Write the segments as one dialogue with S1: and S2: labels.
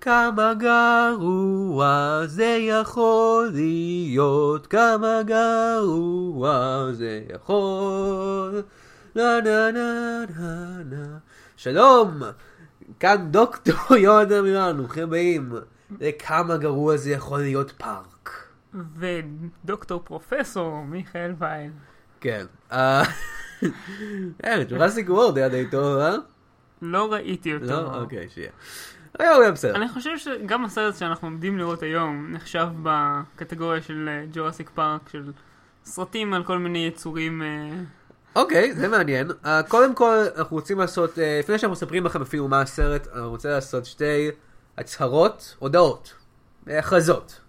S1: כמה גרוע זה יכול להיות, כמה גרוע זה יכול. נה נה נה נה נה. שלום, כאן דוקטור יונתן מירן, ברוכים הבאים. זה כמה גרוע זה יכול להיות פארק.
S2: ודוקטור פרופסור מיכאל וייל.
S1: כן. אה, אה, ג'ורסיק וורד היה די טוב, אה?
S2: לא ראיתי אותו.
S1: לא? אוקיי, שיהיה. היה אולי בסדר.
S2: אני חושב שגם הסרט שאנחנו עומדים לראות היום נחשב בקטגוריה של ג'ורסיק פארק, של סרטים על כל מיני יצורים. אה,
S1: אוקיי, זה מעניין. Uh, קודם כל, אנחנו רוצים לעשות, uh, לפני שאנחנו מספרים לכם אפילו מה הסרט, אני רוצה לעשות שתי הצהרות, הודעות, אה, הכרזות,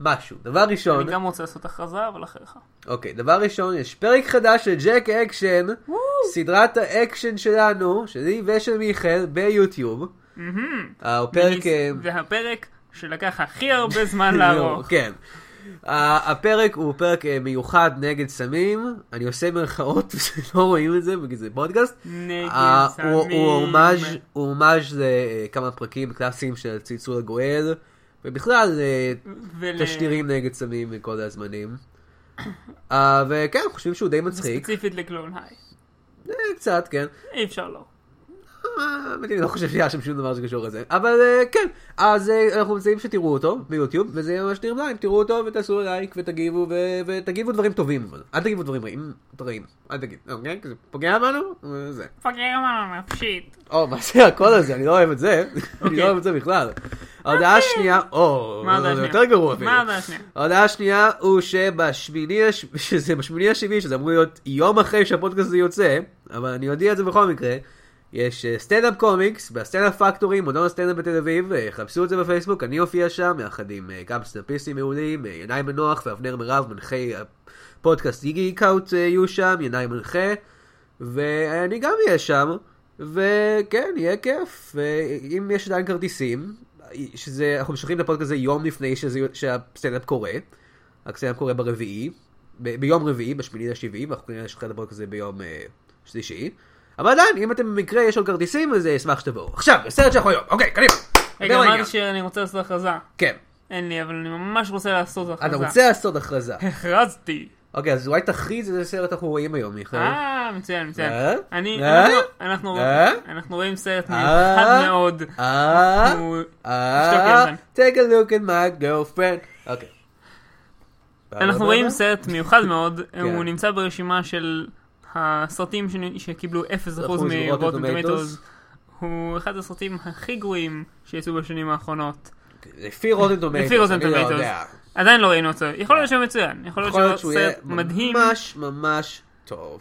S1: משהו. דבר ראשון,
S2: אני גם רוצה לעשות הכרזה, אבל אחריך.
S1: אוקיי, דבר ראשון, יש פרק חדש של ג'ק אקשן, סדרת האקשן שלנו, שלי ושל מיכאל, ביוטיוב.
S2: מהמם.
S1: אה, הוא פרק... אה,
S2: זה הפרק שלקח הכי הרבה זמן
S1: לא,
S2: לערוך.
S1: כן. ה- הפרק הוא פרק אה, מיוחד נגד סמים, אני עושה מירכאות, לא רואים את זה בגלל זה פודקאסט.
S2: נגד
S1: אה, הוא-
S2: סמים.
S1: הוא הומאז' הוא הומאז' לכמה פרקים קלאסיים של צלצול הגואל, ובכלל אה,
S2: ול-
S1: תשדירים נגד סמים מכל הזמנים. אה, וכן, חושבים שהוא די מצחיק,
S2: ספציפית לקלון היי.
S1: אה, קצת, כן.
S2: אי אפשר לא.
S1: אה, האמת היא, אני לא חושב שהיה שם שום דבר שקשור לזה, אבל אה, כן, אז אה, אנחנו מציעים שתראו אותו ביוטיוב, וזה יהיה ממש נרמליים, תראו אותו ותעשו לייק ותגיבו, ו- ותגיבו דברים טובים, אבל אל תגיבו דברים רעים, רעים, אל תגיד, אוקיי? כי זה פוגע בנו, אה, זה.
S2: פגר אמרנו, פשיט.
S1: או, מה זה הקול הזה? אני לא אוהב את זה. אני לא
S2: אוקיי.
S1: אוהב את זה בכלל. ההודעה השנייה, או,
S2: מה
S1: לא, זה
S2: הדעה
S1: יותר
S2: השנייה?
S1: גרוע אפילו.
S2: מה הדעה השנייה?
S1: ההודעה השנייה הוא שבשמיני, הש- שזה בשמיני השביעי, שזה אמור להיות יום אחרי שהפודקאסט הזה יוצא, אבל אני אודיע את זה בכל מקרה, יש אה, סטנדאפ קומיקס בסטנדאפ פקטורי, מועדון הסטנדאפ בתל אביב, אה, חפשו את זה בפייסבוק, אני אופיע שם, יחד עם אה, גם סטנדאפיסטים מעולים, אה, ינאי מנוח ואבנר מירב, מנחי הפודקאסט איגי קאוט אה, יהיו שם, ינאי מנחה, ואני גם אהיה שם, וכן, יהיה כיף, ואם יש עדיין כרטיסים, שזה, אנחנו משלחים לפודקאסט הזה יום לפני שזה, שהסטנדאפ קורה, הסטנדאפ קורה ברביעי, ב- ביום רביעי, בשמיני לשבעי, ואנחנו כנראה נשחרר את הפודקאסט הזה ביום אה, שלישי, אבל עדיין, אם אתם במקרה יש עוד כרטיסים, אז אה, אשמח שתבואו. עכשיו, הסרט שאנחנו היום, אוקיי, קדימה.
S2: רגע,
S1: דבר לעניין.
S2: אמרתי שאני רוצה לעשות הכרזה.
S1: כן,
S2: אין לי, אבל אני ממש רוצה לעשות הכרזה.
S1: אתה רוצה לעשות הכרזה.
S2: הכרזתי.
S1: אוקיי, אז אולי תכריז איזה סרט אנחנו רואים היום, מיכאל.
S2: אה, מצוין, מצוין.
S1: אה?
S2: אני,
S1: אה?
S2: אנחנו- אנחנו
S1: אה?
S2: אנחנו רואים סרט
S1: אה?
S2: מיוחד מאוד.
S1: אה?
S2: הוא-
S1: אה,
S2: יונתן.
S1: take a look at my girlfriend. אוקיי. לא
S2: אנחנו רואים סרט מיוחד מאוד,
S1: אה? כן.
S2: הוא נמצא ברשימה של הסרטים שנ- שקיבלו 0%
S1: אחוז
S2: מרוטן
S1: Rotten Tomatoes.
S2: טומטוס. הוא אחד הסרטים הכי גרועים שיצאו בשנים האחרונות.
S1: לפי רוטן טומטוס.
S2: לפי רוטן
S1: אני לא
S2: טומטוס.
S1: יודע.
S2: עדיין לא ראינו אותו. יכול להיות שהוא מצוין, יכול
S1: אה. יכול להיות
S2: להיות שהוא
S1: שהוא יהיה
S2: סרט מדהים.
S1: ממש ממש טוב.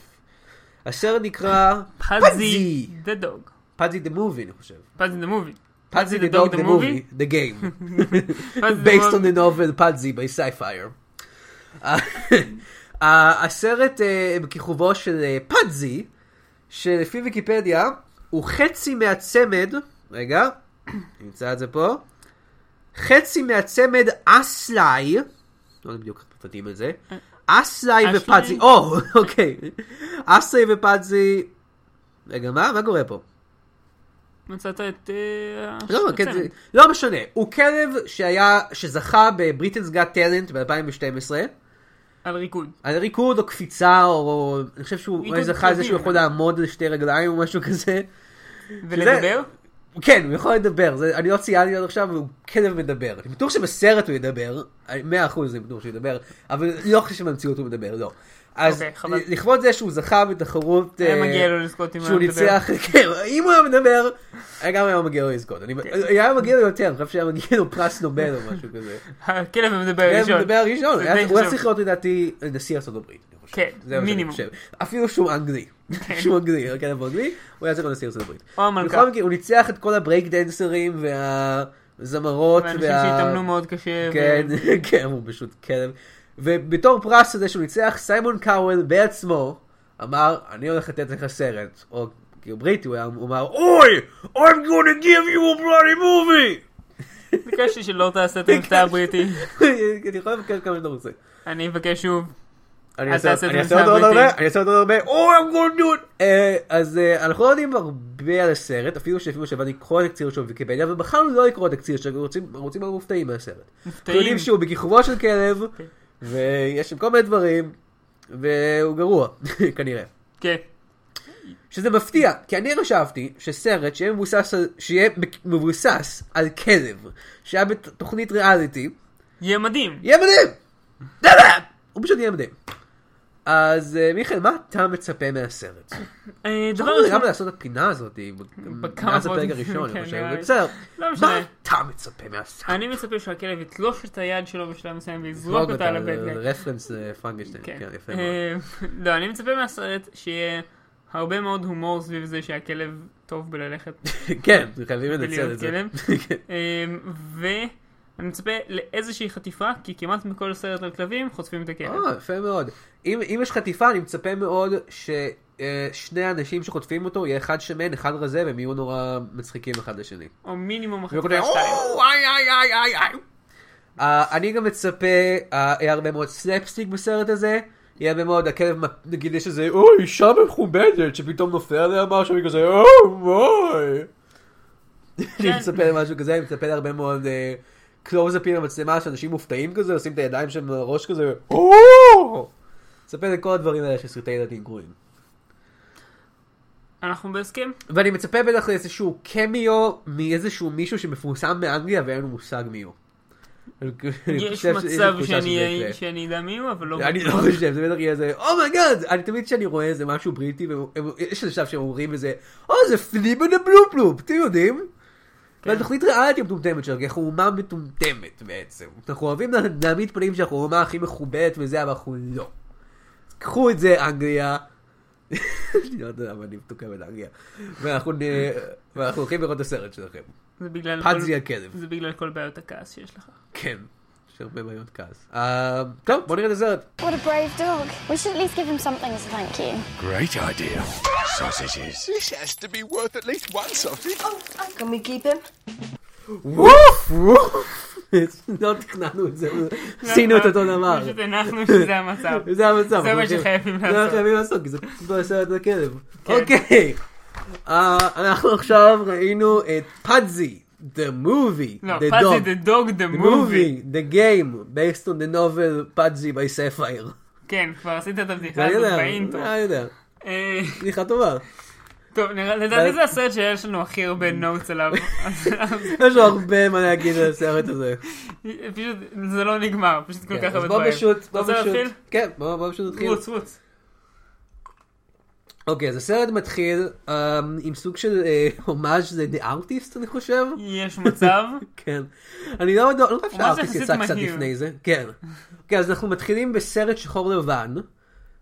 S1: הסרט נקרא
S2: פאזי דה דוג.
S1: פאזי דה מובי אני חושב.
S2: פאזי דה מובי.
S1: פאזי
S2: Patsy
S1: דה
S2: the Dog
S1: דוג דה
S2: the
S1: מובי. דה גיים. based on the novel Patsy by Sci-Fire. אה, אה, הסרט אה, בכיכובו של אה, פאדזי, שלפי ויקיפדיה, הוא חצי מהצמד, רגע, נמצא את זה פה, חצי מהצמד אסלאי, לא יודע בדיוק איך מפתים את זה, אסלאי
S2: אסלאי?
S1: ופאדזי, או, אוקיי, אסלאי ופאדזי, רגע, מה? מה קורה פה?
S2: מצאת את... אה,
S1: לא,
S2: הצמד.
S1: כן, זה, לא משנה, הוא כלב שהיה, שזכה בבריטנס גאט טלנט ב-2012,
S2: על ריקוד.
S1: על ריקוד או קפיצה, או, או אני חושב שהוא
S2: ריקוד
S1: אולי זכה על זה
S2: כלבים.
S1: שהוא יכול לעמוד על שתי רגליים או משהו כזה.
S2: ולדבר?
S1: כן, הוא יכול לדבר, זה, אני לא ציינתי עד עכשיו, הוא כלב מדבר. אני בטוח שבסרט הוא ידבר, 100% אני בטוח שהוא ידבר, אבל לא חושב שבמציאות הוא מדבר, לא. אז
S2: אוקיי, חבל.
S1: לכבוד זה שהוא זכה בתחרות...
S2: היה
S1: אה,
S2: מגיע לו לזכות אם
S1: שהוא
S2: היה מדבר.
S1: ניצח, כן, אם הוא היה מדבר, היה גם היה מגיע לו לזכות. אני-
S2: כן.
S1: היה מגיע לו יותר, אני חושב שהיה מגיע לו פרס נובל או משהו כזה.
S2: הכלב המדבר
S1: כן,
S2: הראשון.
S1: הוא מדבר הראשון,
S2: זה
S1: היה-
S2: די
S1: הוא היה
S2: חשוב.
S1: צריך להיות לדעתי נשיא ארצות הברית. אני חושב.
S2: כן,
S1: זה מה שאני
S2: מינימום.
S1: חושב. אפילו שהוא אנגלי, שהוא אנגלי, רק היה פה אנגלי, הוא היה צריך להיות נשיא ארצות הברית.
S2: או המלכה.
S1: בכל מקרה, הוא ניצח את כל הברייק דנסרים והזמרות.
S2: ואנשים
S1: וה-
S2: שהתאמנו מאוד קשה.
S1: כן,
S2: ו-
S1: כן, הוא פשוט כלב. ובתור פרס לזה שהוא ניצח, סיימון קאוול בעצמו אמר, אני הולך לתת לך סרט. או כי הוא בריטי, הוא היה- הוא אמר, אוי, I'm gonna give you a bloody movie!
S2: ביקשתי שלא תעשה את המבטא הבריטי.
S1: אני יכול לבקש כמה שאתה רוצה.
S2: אני אבקש שוב.
S1: אני
S2: אל
S1: אעשה
S2: תעשה את
S1: אני
S2: זה
S1: אעשה עוד עוד
S2: מהבריטים.
S1: הרבה, אני אעשה עוד עוד הרבה, או I'm gonna do it! אה, אז אה, אנחנו לא יודעים הרבה על הסרט, אפילו שאפילו שהבנתי כל התקציר שלו בוויקיפדיה, ובחרנו לא לקרוא את התקציר שלו, רוצים- רוצים להיות מופתעים מהסרט. אנחנו
S2: מופתעים. אוקיי.
S1: יודעים שהוא בכיכובו של כלב, ויש שם כל מיני דברים, והוא גרוע, כנראה.
S2: כן.
S1: שזה מפתיע, כי אני חשבתי שסרט שיהיה מבוסס על, שיהיה מבוסס על כלב, שהיה בתוכנית ריאליטי,
S2: יהיה מדהים.
S1: יהיה מדהים! דאדה! הוא פשוט יהיה מדהים. אז אה, מיכאל, מה אתה מצפה מהסרט?
S2: אה, דבר
S1: אמרנו
S2: ראשון,
S1: למה לעשות את הפינה הזאת,
S2: בכמה
S1: מאז הפרק
S2: פודקאסטים,
S1: הראשון, אני
S2: כן,
S1: חושב,
S2: נראה לי.
S1: בסדר,
S2: לא
S1: מה
S2: משנה.
S1: אתה מצפה מהסרט?
S2: אני מצפה שהכלב יתלוש את היד שלו בשלב מסוים ויזרוק אותה על הבדגאי.
S1: רפרנס פרנגשטיין,
S2: כן.
S1: כן, יפה מאוד.
S2: אה, לא, אני מצפה מהסרט שיהיה הרבה מאוד הומור סביב זה שהכלב טוב בללכת
S1: כן, חייבים לנצל את
S2: ולהיות
S1: זה.
S2: כלב.
S1: כן.
S2: אמ, ואני מצפה לאיזושהי חטיפה, כי כמעט מכל סרט על כלבים חוטפים את הכלב.
S1: אה, יפה מאוד. אם אם יש חטיפה, אני מצפה מאוד ששני האנשים שחוטפים אותו, יהיה אחד שמן, אחד רזה, והם יהיו נורא מצחיקים אחד לשני.
S2: או מינימום
S1: והוא
S2: החטיפה
S1: כותב,
S2: שתיים.
S1: "או, "Oh, איי, איי, איי, איי, איי." אה, אני גם מצפה, אה, יהיה הרבה מאוד סלפסטיק בסרט הזה. יהיה הרבה מאוד, הכלב, מ- נגיד יש איזה, אוי, אישה מכובדת, שפתאום נופל עליה משהו, והיא כזה, אוי, וואי. אני
S2: כן.
S1: מצפה למשהו כזה, אני מצפה להרבה מאוד קלוזאפים במצלמה, שאנשים מופתעים כזה, עושים את הידיים שלהם על הראש כזה, אוו! מצפה לכל הדברים האלה של סרטי ילדים גרועים.
S2: אנחנו בהסכם?
S1: ואני מצפה בטח לאיזשהו קמיו מאיזשהו מישהו שמפורסם באנגליה ואין לו מושג מי הוא. אני
S2: יש
S1: חושב שיש לי
S2: מצב
S1: תחושה
S2: שאני
S1: שזה
S2: אהיה-
S1: יקרה.
S2: שאני אדע מי הוא, אבל לא...
S1: אני לא חושב, זה בטח יהיה איזה, אומייגאד, אני תמיד כשאני רואה איזה משהו בריטי, והם- הם- יש שלב שהם אומרים איזה, או זה פליבן הבלופ לופ, אתם יודעים?
S2: כן.
S1: והתוכנית ריאליטי מטומטמת שלנו, כי אנחנו אומה מטומטמת בעצם. אנחנו אוהבים לה- להעמיד פנים שאנחנו האומה הכי מכובדת וזה, אבל אנחנו לא. קחו את זה, אנגליה. אני לא יודע למה אני מתוקה באנגליה. ואנחנו נ- ואנחנו הולכים לראות את הסרט שלכם.
S2: זה בגלל כל-
S1: פאדזי הכלב.
S2: זה בגלל כל בעיות הכעס שיש לך.
S1: כן. יש הרבה בעיות כעס. אה, טוב, בוא נראה את הסרט.
S3: What a brave dog. We should at least give him something as a thank you.
S4: Great idea. Sausages.
S5: This has to be worth at least one sausage.
S6: Can we keep him?
S1: ווף, ווף. לא תכננו את זה, עשינו את אותו דבר.
S2: פשוט הנחנו שזה המצב.
S1: זה המצב. אוקיי?
S2: זה מה שחייבים
S1: זה מה
S2: לעשות. כן.
S1: שחייבים לעשות, כי זה פשוט לא יעשה את הכלב. אוקיי. אה, אנחנו עכשיו ראינו את פאדזי, the movie,
S2: לא,
S1: the
S2: פאזי
S1: dog,
S2: דה דוג דה
S1: the
S2: מובי.
S1: movie, the game, based on the novel פאדזי by Sapphire.
S2: כן, כבר עשית את הבדיחה
S1: אני
S2: הזאת
S1: יודע,
S2: באינטרו.
S1: אני יודע.
S2: אה,
S1: בדיחה טובה.
S2: טוב, נראה- לדעתי זה הסרט שיש לנו הכי
S1: Mm.
S2: הרבה נוטס עליו. אז- אז
S1: יש לו הרבה מה להגיד על הסרט הזה.
S2: פשוט, זה לא נגמר, פשוט כל
S1: כן,
S2: כך
S1: אז
S2: הרבה
S1: בוא
S2: דברים.
S1: פשוט, בוא
S2: רוצה
S1: פשוט.
S2: להתחיל?
S1: כן, בוא בוא פשוט נתחיל.
S2: רוץ, רוץ.
S1: אוקיי, אז הסרט מתחיל um, עם סוג של אה, הומאז' ל-The Artist, אני חושב.
S2: יש מצב,
S1: כן. אני לא יודע, לא חושב
S2: הומאז'
S1: שהארטיסט
S2: יחסית
S1: יצא קצת
S2: מהיר.
S1: לפני זה. כן. אוקיי, אז אנחנו מתחילים בסרט שחור לבן,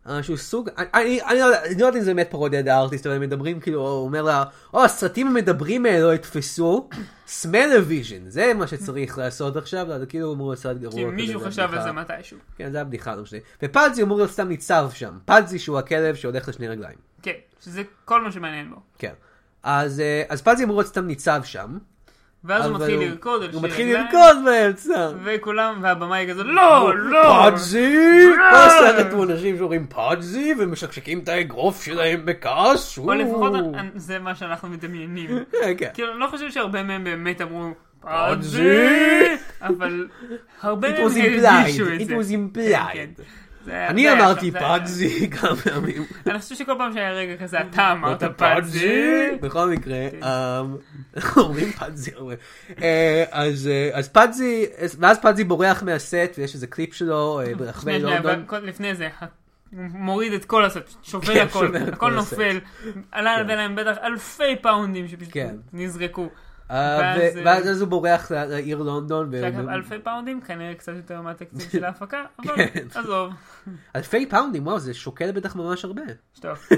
S1: אה, שהוא סוג, אני- אני אני לא יודע- אני לא יודע אם זה באמת פרודיה The Artist, אבל הם מדברים, כאילו, הוא אומר לה, או, הסרטים המדברים האלה לא יתפסו, סמלוויז'ן, זה מה שצריך לעשות עכשיו, אז כאילו אמרו על סרט גרוע.
S2: כי
S1: כזה,
S2: מישהו
S1: זה
S2: חשב על
S1: הבדיחה.
S2: זה מתישהו.
S1: כן, זה הבדיחה, לא משנה. ופלזי אמור להיות סתם ניצב שם. פלזי שהוא הכלב שהולך לשני רגליים.
S2: כן, שזה כל מה שמעניין בו.
S1: כן. אז, אה, אז פלזי אמור להיות סתם ניצב שם.
S2: ואז הוא
S1: אבל
S2: מתחיל לרקוד על
S1: הוא
S2: שתי
S1: מתחיל
S2: רגליים,
S1: לרקוד באמצע.
S2: וכולם, והבמאי כזה, לא, לא!
S1: פאדזי!
S2: לא!
S1: כל הסרט הוא אנשים שאומרים פאדזי ומשקשקים את האגרוף שלהם בכעס.
S2: או לפחות זה מה שאנחנו מדמיינים.
S1: כן, כן.
S2: כאילו, אני לא חושב שהרבה מהם באמת אמרו,
S1: פאדזי!
S2: פאדזי! אבל הרבה
S1: It
S2: מהם
S1: was
S2: הרגישו
S1: implied.
S2: את
S1: It
S2: זה.
S1: was
S2: כן,
S1: implied.
S2: כן. זה-
S1: אני
S2: זה היה
S1: אמרתי
S2: שם, זה היה-
S1: פאדזי כמה פעמים.
S2: אני חושב שכל פעם שהיה רגע כזה, אתה אמרת כן.
S1: אתה
S2: פאדזי.
S1: בכל מקרה, אמ, אומרים פאדזי, אומרים. אה, אז אה, אז פאדזי, אז- ואז פאדזי בורח מהסט, ויש איזה קליפ שלו אה, ברחבי
S2: שנייה, שנייה,
S1: לונדון.
S2: אבל קודם- לפני זה, ה- הוא מוריד את כל הסט, שובר
S1: כן,
S2: הכל,
S1: שובר את
S2: הכל
S1: כל הסט.
S2: נופל, עלה להם בטח אלפי פאונדים שפשוט
S1: כן.
S2: נזרקו.
S1: אה,
S2: ואז,
S1: ו-
S2: אה,
S1: ואז אז הוא בורח ל- לעיר לונדון. ו-
S2: אגב,
S1: ו-
S2: אלפי פאונדים, כנראה קצת יותר מהתקציב של ההפקה, אבל
S1: כן.
S2: עזוב,
S1: אלפי פאונדים, וואו, זה שוקל בטח ממש הרבה.
S2: שטוף.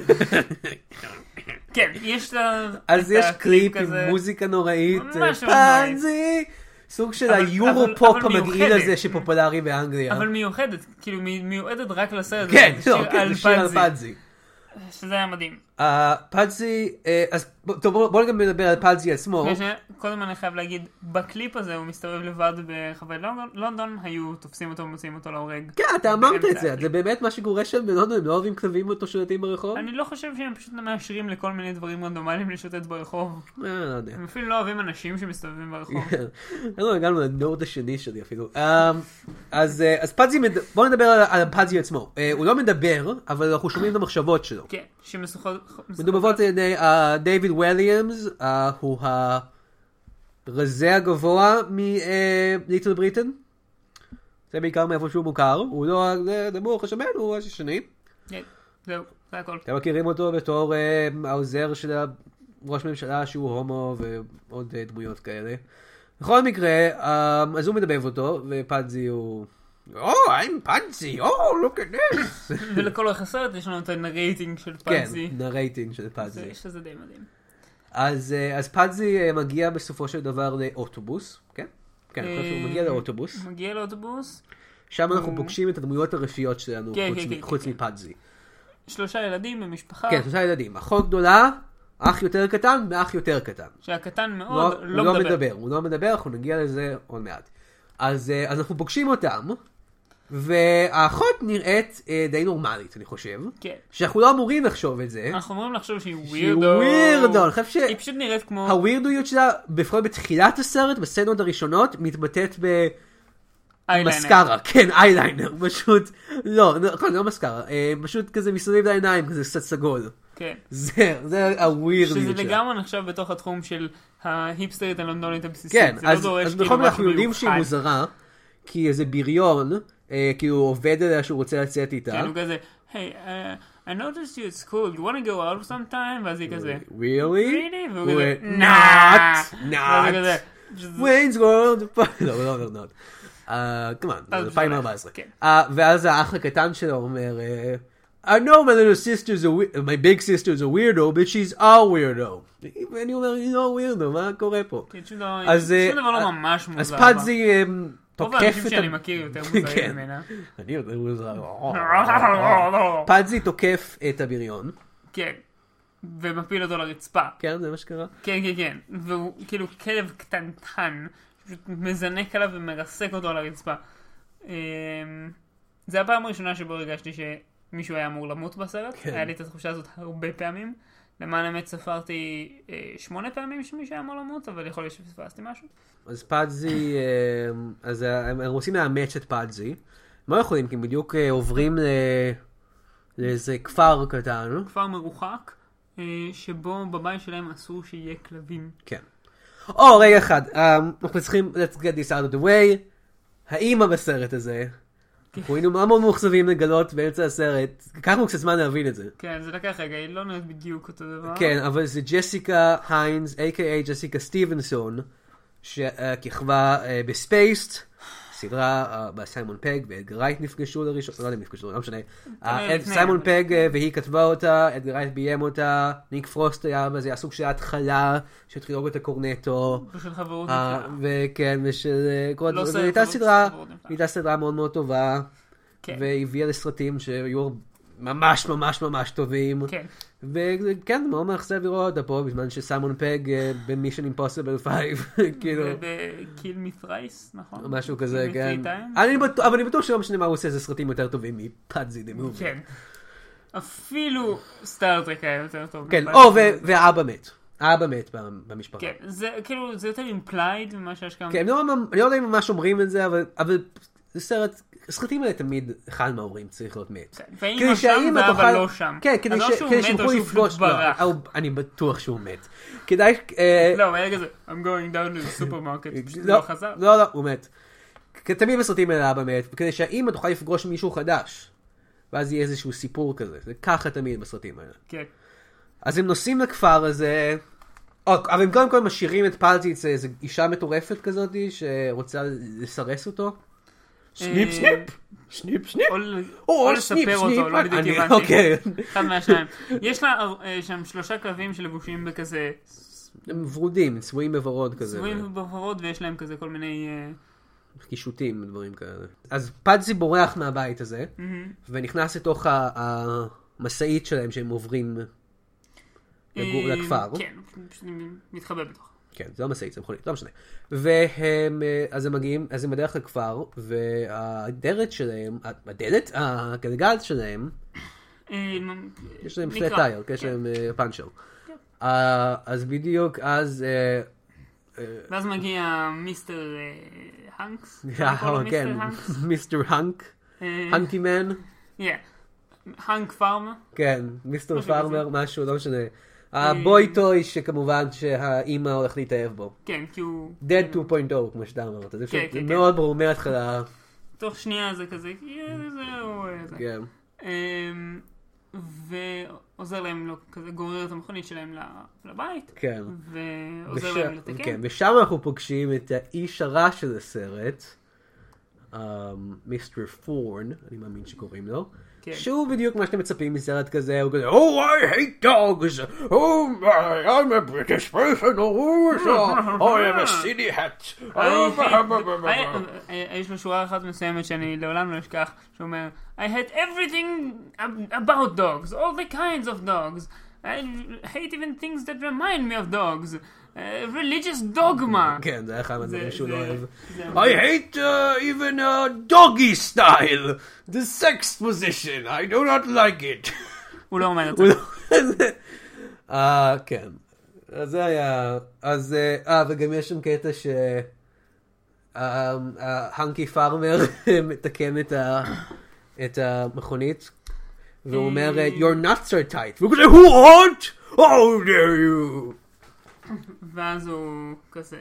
S2: כן, יש את ה-
S1: אז
S2: את
S1: יש
S2: הקליפ
S1: קליפ עם
S2: כזה.
S1: מוזיקה נוראית,
S2: ממש
S1: אה,
S2: ממש.
S1: פאדזי, סוג של
S2: אבל-
S1: היורו-פופ
S2: אבל- אבל
S1: המגעיל
S2: מיוחדת.
S1: הזה שפופולרי באנגליה.
S2: אבל מיוחדת, כאילו מי- מיועדת רק לסרט,
S1: כן,
S2: הזה,
S1: לא,
S2: שיר
S1: כן, זה שיר על פאדזי.
S2: שזה היה מדהים.
S1: אה, פלזי, אה, אז בוא- טוב, בוא- בוא גם נדבר על פלזי עצמו.
S2: לפני ש- קודם אני חייב להגיד, בקליפ הזה הוא מסתובב לבד ברחבי לונדון- לונדון, היו תופסים אותו ומוציאים אותו להורג.
S1: כן, אתה אמרת
S2: באמצע
S1: את זה, זה באמת מה שקורה שם בלונדון, הם לא אוהבים כלבים אותו שולטים ברחוב?
S2: אני לא חושב שהם פשוט מאשרים לכל מיני דברים רנדומליים לשוטט ברחוב.
S1: אה, לא יודע.
S2: הם אפילו לא אוהבים אנשים שמסתובבים ברחוב.
S1: כן. לא הגענו לנורד השני שלי אפילו. אה, אז אה, אז פאדזי, מד- בואו נדבר על- על פאדזי עצמו. אה, הוא לא מדבר, אבל אנחנו שומעים את המחשבות שלו.
S2: כן, שמסוכות...
S1: מדובבות על ידי אה, דייוויד וויליאמס, אה, הוא הרזה הגבוה מליטל בריטן. זה בעיקר מאיפה שהוא מוכר. הוא לא הנמוך השמן, הוא השני.
S2: כן, זהו, זה הכל.
S1: אתם מכירים אותו בתור אה, העוזר של ראש ממשלה שהוא הומו ועוד אה, דמויות כאלה. בכל מקרה, אה, אז הוא מדבב אותו, ופאדזי הוא... או, I'm פאדזי, או, לא כן, look at this.
S2: ולכל אורך הסרט יש לנו את הנרייטינג של
S1: כן,
S2: פאנזי. אוקיי.
S1: נרייטינג של פאדזי.
S2: שזה די מדהים.
S1: אז, אה, אז פאדזי אה, מגיע בסופו של דבר לאוטובוס, כן? כן, אני חושב שהוא
S2: אה,
S1: מגיע לאוטובוס.
S2: מגיע לאוטובוס,
S1: שם אנחנו פוגשים את הדמויות הראשיות שלנו,
S2: כן,
S1: חוץ
S2: כן,
S1: מ-
S2: כן,
S1: חוץ
S2: כן.
S1: מפאדזי.
S2: שלושה ילדים במשפחה,
S1: כן, שלושה ילדים. אחות גדולה, אח יותר קטן ואח יותר קטן.
S2: שהקטן
S1: הוא
S2: מאוד
S1: לא- הוא
S2: לא
S1: לא
S2: מדבר.
S1: מדבר, הוא לא מדבר, אנחנו נגיע לזה עוד מעט. אז אה, אז אנחנו פוגשים אותם, והאחות נראית אה, די נורמלית, אני חושב.
S2: כן. אה.
S1: שאנחנו לא אמורים לחשוב את זה.
S2: אנחנו אמורים לחשוב שהיא
S1: שהיא
S2: ווירדו.
S1: ווירדו, אני חושב ש...
S2: היא פשוט נראית כמו...
S1: הווירדויות שלה, בפרט בתחילת הסרט, בסצנות הראשונות, מתבטאת
S2: eyeliner.
S1: במסקרה, כן, אייליינר, פשוט, לא, נכון, לא מסקרה, אה, פשוט כזה מסביב לעיניים, כזה קצת סגול.
S2: כן.
S1: זה, זה הווירדויות
S2: שזה
S1: שלה.
S2: לגמרי נחשב בתוך התחום של ההיפסטרית הלונדונית הבסיסית.
S1: כן,
S2: זה לא
S1: אז
S2: דורש
S1: אז
S2: כאילו
S1: בכל מקרה
S2: משהו
S1: אנחנו יודעים
S2: מיוחד.
S1: שהיא מוזרה, כי איזה בריון, אה, כאילו עובד עליה שהוא רוצה לצאת איתה.
S2: כן, הוא כזה, היי, I noticed you at school, you want to go out sometime? ואז היא כזה,
S1: really?
S2: really? והוא
S1: הוא-
S2: כזה,
S1: not,
S2: ואז היא
S1: not.
S2: כזה,
S1: וויינס וורלד, לא, לא אומר נוד. כמובן,
S2: אז
S1: 2014.
S2: כן.
S1: אה, ואז האח הקטן שלו אומר, אה, I know my little sister's a wee- my big sister's a weirdo, but she's a weirdo. ואני אומר, היא לא weirdo, מה קורה פה?
S2: כן, שום דבר
S1: אז, אה,
S2: שום דבר לא
S1: אה,
S2: ממש מוזר.
S1: אז
S2: בה.
S1: פאדזי אה,
S2: רוב
S1: תוקף
S2: האנשים
S1: את...
S2: שאני
S1: ה-
S2: מכיר יותר
S1: כן.
S2: מוזרים ממנה.
S1: אני יודע, הוא מוזר. פאדזי תוקף את הבריון,
S2: כן. ומפיל אותו לרצפה.
S1: כן, זה מה שקרה.
S2: כן, כן, כן. והוא כאילו כלב קטנטן, פשוט מזנק עליו ומרסק אותו על הרצפה. אמ, זה הפעם הראשונה שבו הרגשתי שמישהו היה אמור למות בסרט.
S1: כן.
S2: היה לי את התחושה הזאת הרבה פעמים. למען האמת ספרתי אה, שמונה פעמים שמישהו היה אמור למות, אבל יכול להיות שפספסתי משהו.
S1: אז פאדזי, אה, אז הם הם רוצים לאמץ את פאדזי. הם לא יכולים, כי הם בדיוק אה, עוברים ל- לאיזה כפר קטן.
S2: כפר מרוחק, אה, שבו בבית שלהם אסור שיהיה כלבים.
S1: כן. או, רגע אחד, אה, אנחנו צריכים, let's get this out of the way. האימא בסרט הזה, אנחנו היינו מאוד מאוד מאוכזבים לגלות באמצע הסרט, לקחנו קצת זמן להבין את זה.
S2: כן, זה לקח רגע, היא לא נראית בדיוק אותו דבר.
S1: כן, אבל זה ג'סיקה היינס, a.k.a. ג'סיקה סטיבנסון, שכיכבה אה, בספייסט, סדרה אה, בה סיימון פג ואדגר רייט נפגשו לראשון, לא יודע אם נפגשו, לא משנה. אה,
S2: לפני,
S1: סיימון
S2: אבל-
S1: פג אה, והיא כתבה אותה, אדגר רייט ביים אותה, ניק פרוסט היה בזה הסוג של ההתחלה, של טרילוגיות הקורנטו.
S2: של חברות
S1: אה,
S2: נפלאה.
S1: וכן, ושל אה, כל
S2: לא
S1: הדברים,
S2: סרט,
S1: והיא הייתה
S2: אבל
S1: סדרה,
S2: סדרות נפלא.
S1: היא הייתה סדרה מאוד מאוד טובה,
S2: כן.
S1: והביאה לסרטים שהיו ממש ממש ממש טובים.
S2: כן.
S1: וכן, מאוד מאכזב לראות אותה פה בזמן שסיימון פג אה, במישן אימפוסיבל 5, כאילו,
S2: בקיל מת'רייס, נכון?
S1: משהו כזה,
S2: Kill me
S1: כן.
S2: three times?
S1: אני בטוח, אבל אני בטוח שלא משנה מה הוא עושה, זה סרטים יותר טובים מפאדזי דה מובי.
S2: כן. אפילו סטארטרק היה יותר טוב.
S1: כן,
S2: מפאדזי.
S1: או, ו- והאבא מת. האבא מת ב- במשפחה.
S2: כן, זה כאילו, זה יותר אימפלייד ממה שהשקענו.
S1: כן, הם לא ממ- אני לא יודע אם ממש אומרים את זה, אבל- אבל זה סרט, הסרטים האלה תמיד, אחד מההורים צריך להיות מת.
S2: ואם
S1: כדי
S2: כן. הוא שם,
S1: שהאמא
S2: זה
S1: כאילו תוכל-
S2: אבל לא שם.
S1: כן, כדי
S2: אז או
S1: ש-
S2: שהוא
S1: כדי
S2: מת או
S1: שיוכלו
S2: שהוא פשוט
S1: לפגוש, לא,
S2: ברח.
S1: הוא- אני בטוח שהוא מת. כדאי, אה,
S2: לא, הוא היה כזה, I'm going down to the supermarket, פשוט
S1: לא,
S2: לא חזר.
S1: לא, לא, הוא מת. כי תמיד בסרטים האלה אבא מת, כדי שהאימא תוכל לפגוש מישהו חדש. ואז יהיה איזשהו סיפור כזה, זה ככה תמיד בסרטים האלה.
S2: כן.
S1: אז הם נוסעים לכפר הזה, או, אבל הם קודם כל משאירים את פלזי אצל איזו אישה מטורפת כזאת שרוצה לסרס אותו. אה, שניפ
S2: אה,
S1: שניפ, שניפ שניפ,
S2: או ל-
S1: או
S2: או
S1: שניפ
S2: לספר אותו,
S1: שניפ,
S2: לא בדיוק
S1: אני-
S2: הבנתי.
S1: אוקיי.
S2: אחד מהשניים. יש לה אה, שם שלושה כלבים שלבושים בכזה
S1: הם ורודים, צבועים בוורוד כזה,
S2: צבועים ובחורות, ויש להם כזה כל מיני... אה,
S1: קישוטים ודברים כאלה. אז פלזי בורח מהבית הזה, ונכנס לתוך ה- המשאית שלהם שהם עוברים לגור-
S2: אה,
S1: לכפר.
S2: כן, פשוט אני מתחבא בתוך.
S1: כן, זה לא משאית, זה מכונית, לא משנה. והם, אה, אז הם מגיעים, אז הם בדרך לכפר, והדלת שלהם, הדלת, הגלגל שלהם, כן.
S2: אה, נ-
S1: יש להם
S2: נקרע.
S1: פלט טייר, יש
S2: כן.
S1: להם אה, פאנצ'ר. אה, אז בדיוק, אז... אה,
S2: ואז מגיע מיסטר אה, הנקס.
S1: אה,
S2: קוראים לו
S1: כן,
S2: מיסטר הנקס?
S1: מיסטר הנק,
S2: אה,
S1: הנקי מן,
S2: כן. הנק פארמה.
S1: כן, מיסטר
S2: משהו כזה.
S1: פארמר, משהו, לא משנה. הבוי טוי שכמובן שהאימא הולכת להתאהב בו.
S2: כן, כי הוא...
S1: Dead 2.0 כמו שאתה אמרת, זה פשוט
S2: כן, כן.
S1: מאוד ברור מההתחלה,
S2: תוך שנייה זה כזה, "אה, זהו, אה, זה.
S1: כן.
S2: אמ, ועוזר להם, לו- כזה גורר את המכונית שלהם ל- לבית,
S1: כן.
S2: ועוזר
S1: וש-
S2: להם לתקן.
S1: כן, ושם אנחנו פוגשים את האיש הרע של הסרט, אמ, מיסטר פורן, אני מאמין שקוראים לו,
S2: כן.
S1: שהוא בדיוק מה שאתם מצפים מסרט כזה, הוא כזה, Oh, I hate dogs! Oh, my, I'm a British person! Oh, so I have a city hat!
S2: I
S1: Oh,
S2: hate- I- I- יש לו שורה אחת מסוימת שאני לעולם לא אשכח, שאומר I hate everything ab- about dogs, all the kinds of dogs. I hate even things that remind me of dogs. Uh, religious dogma.
S1: כן, זה היה אחד מהדברים
S2: זה-
S1: שהוא
S2: זה-
S1: לא אוהב.
S2: זה-
S4: I hate uh, even uh, doggy style. The sex position. I do not like it.
S2: הוא לא אומר את זה.
S1: הוא לא- זה- אה, כן. אז זה היה... אז... אה, אה, וגם יש שם קטע ש... אה, אה, הנקי פארמר מתקן את ה... את המכונית, והוא אומר, אה, You're not so tight. והוא כזה, Who aren't? How dare you?
S2: ואז הוא כזה...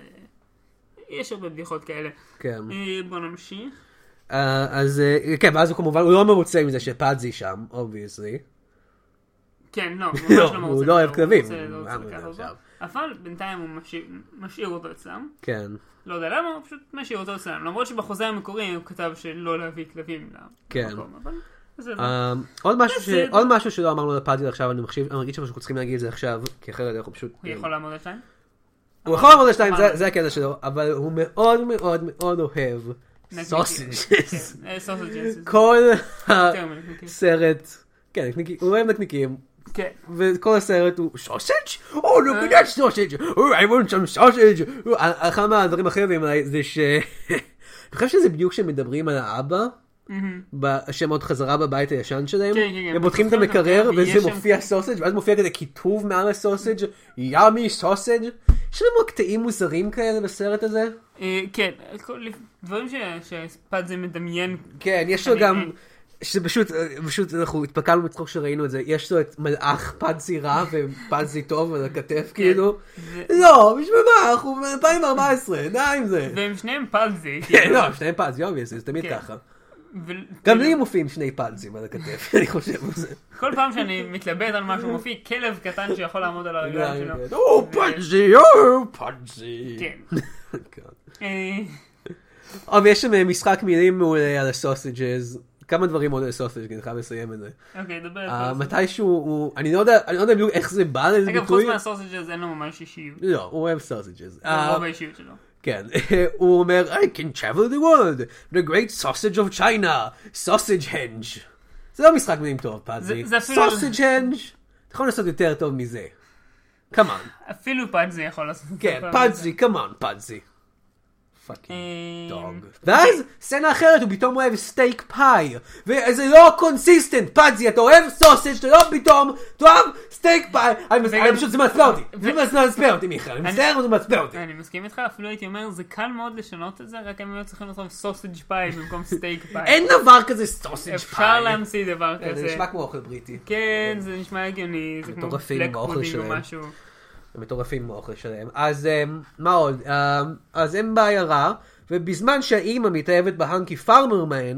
S2: יש הרבה בדיחות כאלה.
S1: כן.
S2: אה, בוא נמשיך.
S1: אה, אז... אה, כן, ואז הוא כמובן, הוא לא מרוצה מזה שפאדזי שם, אובייסלי.
S2: כן, לא, הוא ממש
S1: לא,
S2: לא
S1: הוא
S2: מרוצה.
S1: לא אוהב
S2: הוא
S1: כלבים.
S2: רוצה- לא רוצה
S1: מה הוא
S2: לקחת
S1: יודע
S2: אותו.
S1: עכשיו?
S2: אבל בינתיים הוא משאיר- משאיר אותו אצלם.
S1: כן,
S2: לא יודע למה, הוא פשוט משאיר אותו אצלם. למרות שבחוזה המקורי הוא כתב שלא להביא כלבים
S1: כן.
S2: למקום, אבל בסדר.
S1: אמ, עוד משהו ש-
S2: בסדר.
S1: עוד משהו שלא אמרנו לפאדי עכשיו, אני מחשיב- אני מרגיש שאנחנו צריכים להגיד את זה עכשיו, כי אחרת אנחנו פשוט...
S2: הוא יכול לעמוד על שתיים?
S1: הוא יכול לעמוד על שתיים,
S2: אמרנו.
S1: זה- זה הקטע שלו, אבל הוא מאוד מאוד מאוד אוהב סוסג'ס.
S2: כן, אה, סוסג'ס.
S1: כל
S2: יותר מנקניקים.
S1: הסרט, כן, נקניקים, הוא אוהב נקניקים,
S2: כן.
S1: וכל הסרט הוא סוסג'? או, look at that sausage! Oh, I want some sausage! הוא- אחד מהדברים הכי אוהבים עליי זה ש... אני חושב שזה בדיוק כשמדברים על האבא. ב- שהם עוד חזרה בבית הישן שלהם,
S2: כן, כן, כן.
S1: הם פותחים את
S2: פותחים את
S1: המקרר
S2: המקרר, ויש
S1: וזה
S2: שם-
S1: מופיע סוסג' ואז מופיע כזה כיתוב מעל הסוסג' ימי סוסג' יש לנו קטעים מוזרים כאלה בסרט הזה?
S2: אה, כן, כל- דברים ש- שפת זה מדמיין.
S1: כן, יש לו
S2: אני-
S1: גם, שזה פשוט, פשוט אנחנו התפקענו מצחוק שראינו את זה, יש לו את מלאך פאנזי רע ופאנזי טוב על
S2: כן.
S1: הכתף, כאילו, לא, בשביל מה, אנחנו ב-2014, די עם זה.
S2: והם שניהם כאילו. פלזי.
S1: כן, לא, שני פאנזי, יומי, זה תמיד
S2: כן.
S1: ככה. גם לי מופיעים שני פאנזים על הכתף, אני חושב על זה.
S2: כל פעם שאני מתלבט על משהו מופיע כלב קטן שיכול לעמוד על הרגליים שלו.
S4: Oh, Pudsey. Oh, Pudsey.
S2: כן.
S1: כן.
S2: אה,
S1: אה, ויש שם אה, משחק מילים מעולה על הסוסג'ז. כמה דברים עוד על סוסג' כי אני חייב לסיים את זה.
S2: אוקיי, דבר
S1: אה,
S2: על סוסג'ס.
S1: מתישהו הוא, אני לא יודע, אני לא יודע בדיוק איך זה בא לאיזה
S2: אגב, חוץ
S1: ביטוי.
S2: מהסוסג'ס אין לו ממש אישיות.
S1: לא, הוא אוהב סוסג'ז.
S2: זה רוב האישיות שלו.
S1: כן, הוא אומר, I can travel the world, the great sausage of China, sausage henge. זה לא משחק מילים טוב, פאזי.
S2: זה- זה אפילו-
S1: sausage henge, אתה יכול לעשות יותר טוב מזה. קאמון,
S2: אפילו פאדזי יכול לעשות את זה.
S1: כן, פאדזי, קאמון, פאדזי. פאקינג
S2: אה,
S1: דוג. ואז, סצנה אחרת, הוא פתאום אוהב סטייק פאי. וזה לא קונסיסטנט, פאדזי, אתה אוהב סוסג' אתה לא פתאום, אתה אוהב סטייק פאי. אני מס-
S2: וגם-
S1: אני פשוט, זה מעצבן אותי. זה
S2: ו-
S1: מעצבן- מעצבן אותי, מיכאל. אני מצטער, אבל זה מעצבן אותי.
S2: אה, אני מסכים איתך, אפילו הייתי אומר, זה קל מאוד לשנות את זה, רק הם היו צריכים לעשות סוסג' פאי במקום סטייק פאי.
S1: אין דבר כזה סוסג'
S2: אפשר
S1: פאי.
S2: להמציא דבר
S1: כן, זה
S2: כזה.
S1: נשמע כמו אוכל בריטי.
S2: כן, זה נשמע הגיוני, זה כמו
S1: מטורפים
S2: בלק
S1: באוכל
S2: פודינג או
S1: שלהם.
S2: משהו.
S1: הם מטורפים מהאוכל שלהם. אז אמ, מה עוד? אמ, אז הם בעיירה, ובזמן שהאימא מתאהבת בהנקי פארמרמן,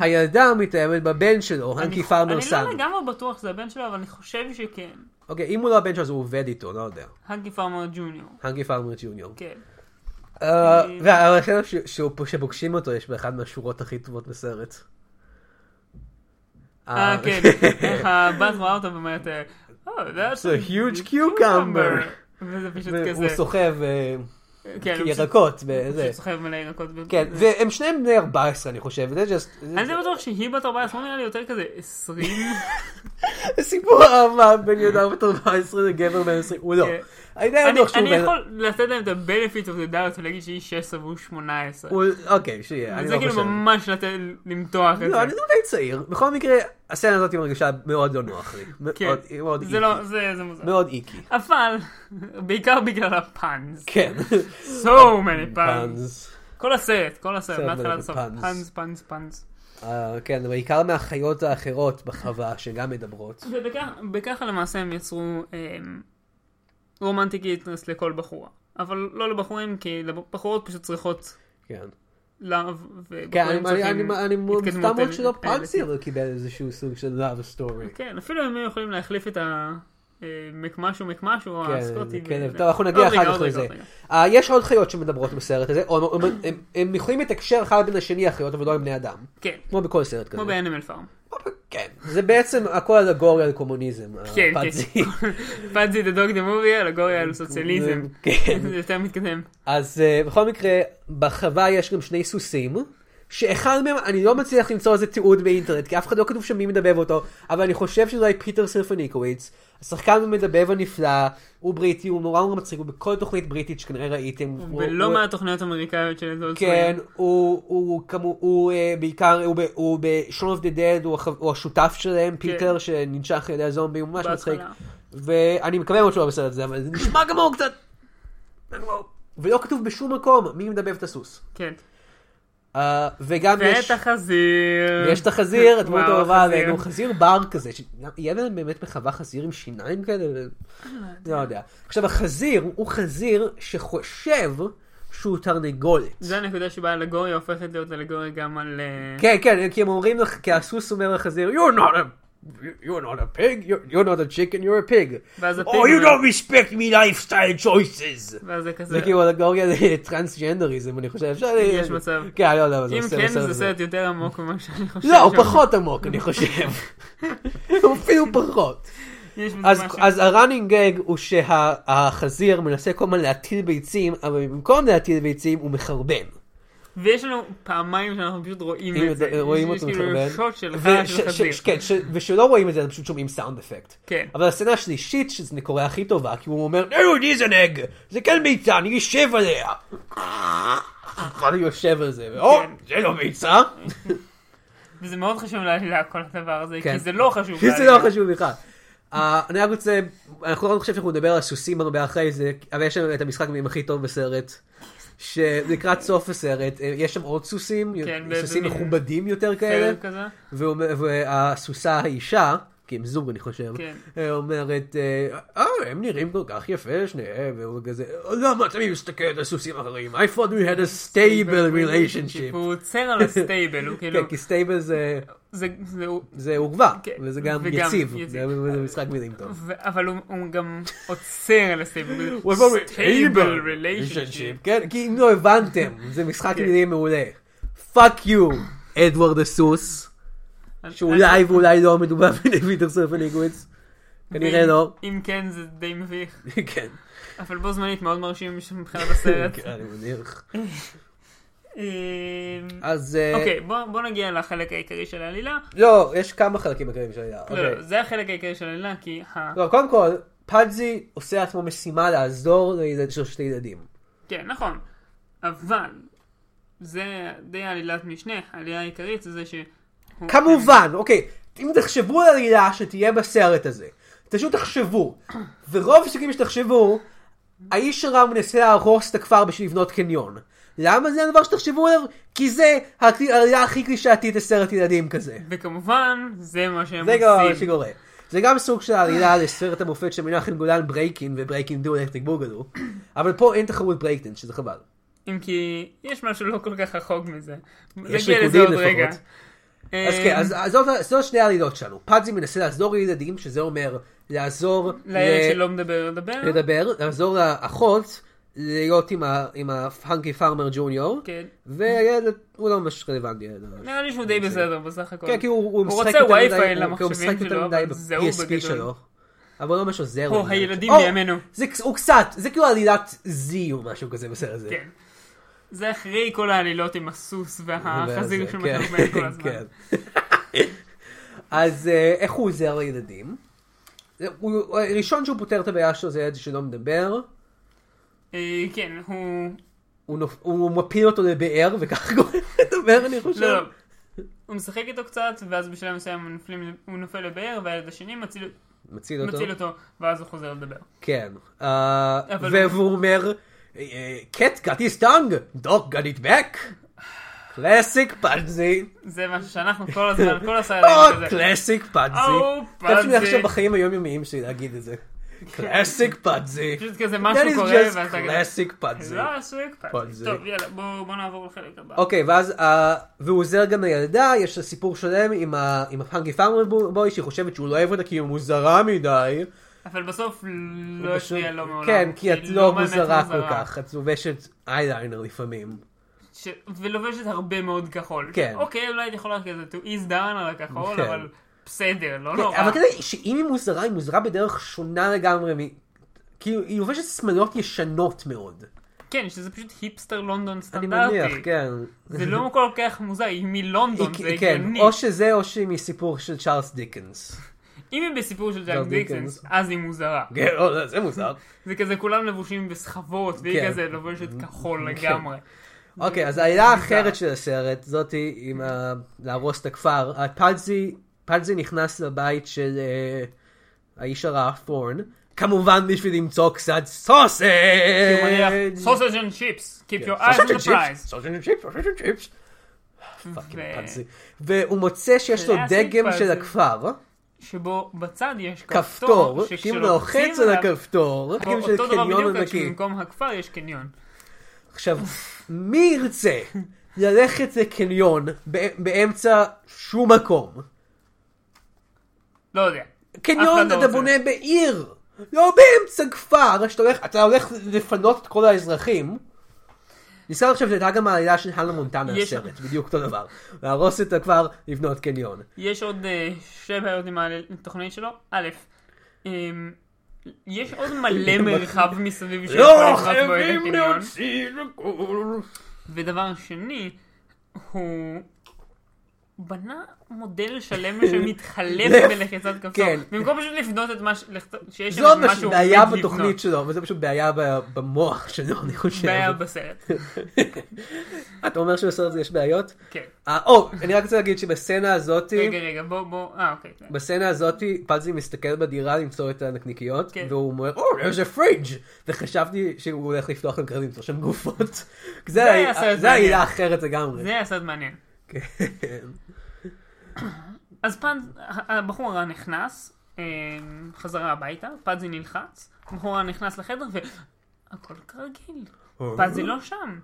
S1: הילדה מתאהבת בבן שלו, הנקי
S2: אני-
S1: פארמר
S2: אני
S1: סאן.
S2: לא לגמרי בטוח שזה הבן שלו, אבל אני חושב שכן.
S1: אוקיי, אם הוא לא הבן שלו אז הוא עובד איתו, לא יודע.
S2: הנקי פארמר ג'וניור.
S1: הנקי פארמר ג'וניור.
S2: כן.
S1: אה, והחלק ש- שהוא- שפוגשים אותו יש באחד מהשורות הכי טובות בסרט.
S2: אה,
S1: אה,
S2: כן. איך הבת רואה אותו ואומרת, אה, Oh, that's
S1: a huge cucumber.
S2: וזה פשוט
S1: והוא
S2: כזה.
S1: סוחב אה,
S2: כן, הוא פשוט-
S1: ירקות
S2: הוא
S1: וזה.
S2: פשוט סוחב מלא ירקות. ו-
S1: כן, והם שניהם בני 14 אני חושב, זה just...
S2: אני די בטוח שהיא בת 14, לא נראה לי יותר כזה 20.
S1: סיפור אהבה בין יהודה בת 14 לגבר בן 20, הוא לא. אה,
S2: כן.
S1: אני יודע
S2: אני
S1: בטוח שהוא
S2: אני
S1: בן...
S2: יכול לתת להם את ה-benefit of the doubt ולהגיד שהיא 16 והוא 18.
S1: הוא- אוקיי, שיהיה, אני
S2: זה
S1: לא
S2: כאילו אוקיי.
S1: חושב.
S2: ממש לתת- למתוח את
S1: לא, אני
S2: זה.
S1: לא די צעיר. בכל מקרה, הסצנה הזאת מרגישה מאוד לא נוח לי. מאוד- היא מאוד
S2: כן. זה
S1: איקי.
S2: לא, זה זה מוזר.
S1: מאוד איקי.
S2: אבל, בעיקר בגלל הפאנס.
S1: כן.
S2: So many puns.
S1: פאנס.
S2: כל הסרט, כל הסרט,
S1: סרט
S2: מההתחלה
S1: מלא
S2: עד הסוף.
S1: בפאנס.
S2: פאנס, פאנס, פאנס.
S1: אה, כן, בעיקר מהחיות האחרות בחווה שגם מדברות.
S2: ובכך- בככה למעשה הם יצרו אמ, romantic interest לכל בחורה. אבל לא לבחורים, כי לבחורות פשוט צריכות
S1: כן.
S2: לאו,
S1: כן,
S2: ובחורים
S1: אני-
S2: צריכים
S1: אני- אני
S2: התקדמות
S1: מופתע מאוד
S2: אל-
S1: שלא
S2: אל-
S1: פאנסיר קיבל איזשהו סוג של love story.
S2: כן, אפילו הם היו יכולים להחליף את ה... אה, מקמשהו מקמשהו,
S1: כן,
S2: הסקוטי. ו-
S1: כלב. טוב, אנחנו נגיע
S2: עוד רגע,
S1: אחר כך
S2: עוד רגע,
S1: לזה.
S2: עוד רגע.
S1: אה, יש עוד חיות שמדברות בסרט הזה, או הם- הם- הם- הם יכולים לתקשר אחד בין השני החיות, אבל לא עם בני אדם.
S2: כן,
S1: כמו בכל סרט כזה.
S2: כמו באנימל פארם.
S1: כן. זה בעצם הכל אלגוריה לקומוניזם.
S2: כן,
S1: הפאנסי.
S2: כן. פאנזי דה דוג דה מובי, אלגוריה על סוציאליזם.
S1: כן.
S2: זה יותר מתקדם.
S1: אז אה, בכל מקרה, בחווה יש גם שני סוסים, שאחד מהם, אני לא מצליח למצוא איזה תיעוד באינטרנט, כי אף אחד לא כתוב שם מי מדבב אותו, אבל אני חושב שזה אולי פיטר סרפניקוויץ, השחקן המדבב הנפלא, הוא בריטי, הוא נורא נורא מצחיק, הוא בכל תוכנית בריטית שכנראה ראיתם. הוא-
S2: ולא
S1: הוא-
S2: מהתוכניות האמריקאיות של דוד
S1: כן, הוא, הוא, כמו, הוא אה, בעיקר, הוא ב- הוא ב-Shaun of the Dead, הוא, הח- הוא השותף שלהם, פיטר, שננשך על ידי הזומבי, הוא ממש מצחיק.
S2: כן. בהתחלה.
S1: ואני מקווה מאוד שהוא לא בסרט הזה, אבל זה נשמע גמור קצת. ולא כתוב בשום מקום מי מדבב את הסוס.
S2: כן.
S1: אה, וגם יש...
S2: ואת החזיר.
S1: יש את החזיר, הדמות
S2: וואו,
S1: האהובה
S2: החזיר.
S1: עלינו, חזיר בר כזה, ש- יהיה להם באמת מחווה חזיר עם שיניים כאלה? לא יודע. עכשיו, החזיר הוא חזיר שחושב שהוא תרנגולת.
S2: זה הנקודה שבה האלגוריה הופכת להיות אלגוריה גם על... אה,
S1: כן, כן, כי הם אומרים לך, כי הסוס אומר לחזיר, you're not a...
S4: You're not a pig. You're...
S1: You're not a chicken, you're a pig.
S2: ואז הפיג...
S4: Oh, you
S2: אומר-
S4: don't respect me lifestyle choices.
S2: ואז זה כזה...
S1: זה כאילו אלגוריה לטרנסג'נדריזם, אני חושב. אפשר-
S2: יש מצב.
S1: כן, אני לא יודע, אבל זה
S2: אם
S1: עושה
S2: כן, זה
S1: בסדר.
S2: סרט יותר עמוק ממה שאני חושב.
S1: לא, הוא
S2: שם.
S1: פחות עמוק, אני חושב. הוא אפילו פחות.
S2: יש בזה
S1: אז-
S2: משהו.
S1: אז הראנינג גג הוא שהחזיר מנסה כל הזמן להטיל ביצים, אבל במקום להטיל ביצים הוא מחרבן.
S2: ויש לנו פעמיים שאנחנו פשוט רואים
S1: אם
S2: את זה.
S1: רואים
S2: יש
S1: אותו מחרבן.
S2: כאילו שוט של
S1: וש-
S2: רעש של
S1: ש-
S2: חזיר.
S1: ש- כן, ש- ושלא רואים את זה, הם פשוט שומעים סאונד אפקט.
S2: כן.
S1: אבל הסצנה השלישית, שזה קורה הכי טובה, כי הוא אומר,
S4: No, it is an egg.
S1: זה כן ביצה, אני אשב עליה. אני יושב על זה, או,
S2: כן.
S1: זה לא ביצה.
S2: וזה מאוד חשוב לעלילה כל הדבר הזה,
S1: כן.
S2: כי זה לא חשוב
S1: כי זה
S2: לעלילה.
S1: לא חשוב בכלל. אה, אני רק רוצה, אנחנו לא חושבים שאנחנו נדבר על סוסים הרבה אחרי זה, אבל יש לנו את המשחק מילים הכי טוב בסרט, שלקראת סוף הסרט, אה, יש שם עוד סוסים,
S2: כן,
S1: סוסים
S2: באיזה מין-
S1: מכובדים יותר כאלה,
S2: סרט כאילו כזה.
S1: והוא אומר- והסוסה האישה, כי הם זוג אני חושב,
S2: כן.
S1: אה, אומרת, אה, אה, הם נראים כל כך יפה שניהם, והוא כזה,
S4: למה אתה מסתכל על הסוסים האחרים?
S1: I thought we had a stable relationship.
S2: והוא כאילו, עוצר על הסטייבל, הוא כאילו...
S1: כן, כי stable זה...
S2: זה, זה, הוא-
S1: זה עוגבה,
S2: כן,
S1: וזה גם
S2: וגם
S1: יציב,
S2: יציב.
S1: זה זה משחק מילים טוב.
S2: ו- אבל הוא, הוא גם עוצר על הסטייבל.
S1: הוא עבר ב-
S2: stable relationship. כן.
S1: כן, כי אם לא הבנתם, זה משחק מילים מעולה. פאק יו, אדוורד הסוס, שאולי ואולי לא מדובר בפיטר סרפניגוויץ, כנראה לא.
S2: אם כן זה די מביך,
S1: כן,
S2: אבל בו זמנית מאוד מרשים מבחינת הסרט.
S1: כן, אני מניח.
S2: אמ,
S1: אז אה,
S2: אוקיי, בוא בוא נגיע לחלק העיקרי של העלילה.
S1: לא, יש כמה חלקים בקרים של העלילה.
S2: לא,
S1: אוקיי.
S2: לא, זה החלק העיקרי של העלילה, כי ה...
S1: לא, קודם כל, פאדזי עושה לעצמו משימה לעזור לשלושת הילדים.
S2: כן, נכון. אבל זה די עלילת משנה, העלילה העיקרית זה זה ש...
S1: כמובן, אוקיי, אם תחשבו על עלילה שתהיה בסרט הזה, פשוט תחשבו, ורוב הסיכויים שתחשבו, האיש הרע מנסה להרוס את הכפר בשביל לבנות קניון. למה זה הדבר שתחשבו עליו? כי זה הקל- העלילה הכי קלישאתית לסרט ילדים כזה.
S2: וכמובן, זה מה שהם
S1: זה גם מה
S2: עושים.
S1: שקורה. זה גם סוג של עלילה לסרט המופת של מנחם גולן ברייקין וברייקין דו אלקטריק בוגלו, אבל פה אין תחרות ברייקדן, שזה חבל.
S2: אם כי יש משהו לא כל כך רחוק מזה.
S1: יש
S2: נגיע לזה
S1: ריקודים
S2: עוד רגע.
S1: לפחות. אז כן, אז אז זאת- זאת שני העלילות שלנו. פאדזי מנסה לעזור לילדים, שזה אומר לעזור...
S2: לילד
S1: ל-
S2: שלא מדבר לדבר.
S1: אה, לדבר, לעזור לאחות, להיות עם ה- עם הפאנקי פארמר ג'וניור,
S2: כן. לא,
S1: והילד, הוא לא ממש רלוונטי. הילד הזה.
S2: נראה לי שהוא די בסדר בסך הכל.
S1: כן, כי הוא הוא
S2: הוא
S1: משחק
S2: רוצה
S1: יותר מדי,
S2: Wi-Fi
S1: הוא- כי הוא משחק
S2: למחשבים
S1: יותר
S2: שלו,
S1: מדי
S2: אבל זהו
S1: ב-PSP
S2: בגדול.
S1: שלו, אבל לא ממש עוזר.
S2: או,
S1: לילד.
S2: הילדים
S1: או,
S2: בימינו.
S1: זה כ- הוא קצת, זה כאילו עלילת Z או משהו כזה בסרט הזה.
S2: כן. זה אחרי כל העלילות עם הסוס
S1: וזה,
S2: והחזיר
S1: כן,
S2: שמקבל כל הזמן.
S1: כן. אז אה, איך הוא עוזר לילדים? זה- הוא- הוא- הראשון שהוא פותר את הבעיה שלו זה ילד שלא מדבר,
S2: אה, כן, הוא...
S1: הוא נופ- הוא מפיל אותו לבאר וככה גורם לו לדבר אני חושב.
S2: לא, לא. הוא משחק איתו קצת, ואז בשלב מסוים הוא נופלים- הוא נופל לבאר, והילד השני מציל
S1: מציל אותו.
S2: מציל אותו, ואז הוא חוזר לדבר.
S1: כן. אה,
S2: אבל-
S1: והוא אומר, "אה, קט גטיס טאנג, דוק גנית בק. קלאסיק פאנזי.
S2: זה משהו שאנחנו כל הזמן, כל הסרט
S1: או,
S2: הזה.
S1: קלאסיק פאנזי.
S2: או,
S1: חשבתי
S2: פאנזי.
S1: עכשיו בחיים היומיומיים שלי להגיד את זה. קלאסיק פאנזי.
S2: פשוט כזה
S1: That
S2: משהו
S1: is
S2: קורה,
S1: just
S2: ואז אתה
S1: classic פאנזי.
S2: זה לא עסוק,
S1: פאנזי.
S2: טוב, יאללה, בואו בואו נעבור לחלק הבא.
S1: אוקיי, ואז, אה, והוא עוזר גם לילדה, יש לה סיפור שלם עם ה- עם הפאנקי פארמר בוי, שהיא חושבת שהוא לא אוהב אותה כי היא מוזרה מדי.
S2: אבל בסוף לא
S1: הוא
S2: הפריע
S1: פשוט-
S2: לו מעולם.
S1: כן, כי את
S2: היא
S1: לא
S2: באמת
S1: מוזרה כל כך, את לובשת אייליינר לפעמים.
S2: ש... ולובשת הרבה מאוד כחול.
S1: כן.
S2: אוקיי, אולי הייתי יכולה כזה to ease down על הכחול,
S1: כן.
S2: אבל בסדר, לא
S1: כן,
S2: נורא.
S1: אבל כדי שאם היא מוזרה, היא מוזרה בדרך שונה לגמרי מ... כאילו, היא לובשת שמלות ישנות מאוד.
S2: כן, שזה פשוט היפסטר לונדון
S1: אני
S2: סטנדרטי.
S1: מניח, כן.
S2: זה לא כל כך מוזר, היא מלונדון,
S1: היא-
S2: זה
S1: כן,
S2: הגיוני.
S1: או שזה או שהיא מסיפור של צ'ארלס דיקנס.
S2: אם היא בסיפור של ג'ק
S1: ג'ק דיקנס.
S2: דיקסנס, אז היא מוזרה.
S1: כן, או, לא, זה מוזר.
S2: זה כזה כולם לבושים בסחבות,
S1: כן.
S2: והיא כזה לובשת כחול לגמרי.
S1: אוקיי, אז העילה האחרת של הסרט, זאתי עם ה... להרוס את הכפר, פלזי, פלזי נכנס לבית של אה, האיש הרע, פורן, כמובן בשביל למצוא קצת
S2: כי הוא מניח
S1: סוסג'
S2: sausage and chips, keep your eyes on
S1: סוסג'
S2: the
S1: כן. צ'יפס,
S2: prize.
S1: סוסג' צ'יפס, סוסג' צ'יפס.
S2: ו-
S1: פאנזי. והוא מוצא שיש לו
S2: קלאסי
S1: דגם
S2: פאנזי.
S1: של הכפר,
S2: שבו בצד יש
S1: כפתור, כאילו
S2: כפתור,
S1: שאם אתה לוחץ על הכפתור, דגם של
S2: אותו דבר
S1: קניון
S2: בדיוק, רק
S1: ענקי.
S2: שבמקום הכפר יש קניון.
S1: עכשיו, מי ירצה ללכת לקניון בא- באמצע שום מקום?
S2: לא יודע. אף אחד
S1: קניון
S2: לא
S1: אתה
S2: רוצה.
S1: בונה בעיר, לא באמצע כפר, שאתה הולך, אתה הולך לפנות את כל האזרחים. נזכר עכשיו שהייתה גם העלילה של הנה מונטנה
S2: יש-
S1: הסרט, בדיוק אותו דבר. להרוס את הכפר, לבנות קניון.
S2: יש עוד אה, שתי בעיות עם התוכנית שלו. א', אמ, יש עוד מלא מרחב מסביב שיכול
S4: לא
S2: לבנות בו את
S4: חייבים
S2: הקניון.
S4: להוציא לכל.
S2: ודבר שני, הוא בנה מודל שלם שמתחלף בלחיצת כפתור.
S1: כן.
S2: במקום פשוט לבנות את מה ש- לכת- שיש שם
S1: זו
S2: כאילו, משהו
S1: פשוט בעיה
S2: עומד לבנות.
S1: בתוכנית שלו, וזה פשוט בעיה ב- במוח שלו, אני חושב.
S2: בעיה בסרט.
S1: אתה אומר שבסרט הזה יש בעיות?
S2: כן.
S1: אה, או, אני רק רוצה להגיד שבסצנה הזאתי,
S2: רגע, רגע, בוא, בוא, אה, אוקיי. כן.
S1: בסצנה הזאתי, פלזי מסתכל בדירה למצוא את הנקניקיות,
S2: כן.
S1: והוא אומר, או, there's a fridge! וחשבתי שהוא הולך לפתוח את הגרדים למצוא שם גופות. זה
S2: היה
S1: היה-
S2: סרט
S1: זה העילה
S2: מעניין.
S1: אחרת לגמרי.
S2: זה היה סרט מעניין.
S1: כן.
S2: אז פאנז, הבחור הרע נכנס, אה, חזרה הביתה, פאנזי נלחץ, הבחור הרע נכנס לחדר ו... הכל כרגיל. פאנזי לא שם.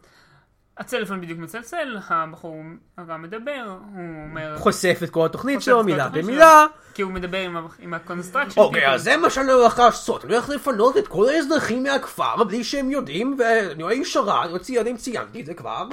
S2: הצלפון בדיוק מצלצל, הבחור הרע מדבר, הוא אומר...
S1: חושף את כל התוכנית
S2: חושף
S1: שלו,
S2: את כל
S1: מילה
S2: התוכנית
S1: במילה.
S2: שלו, כי הוא מדבר עם ה- עם הקונסטרקשן.
S1: אוקיי, אז זה מה שאני הולך לעשות, אני הולך לפנות את כל האזרחים מהכפר בלי שהם יודעים, ואני רואה איש הרע, אני רוצה יודעים, ציינתי את זה כבר.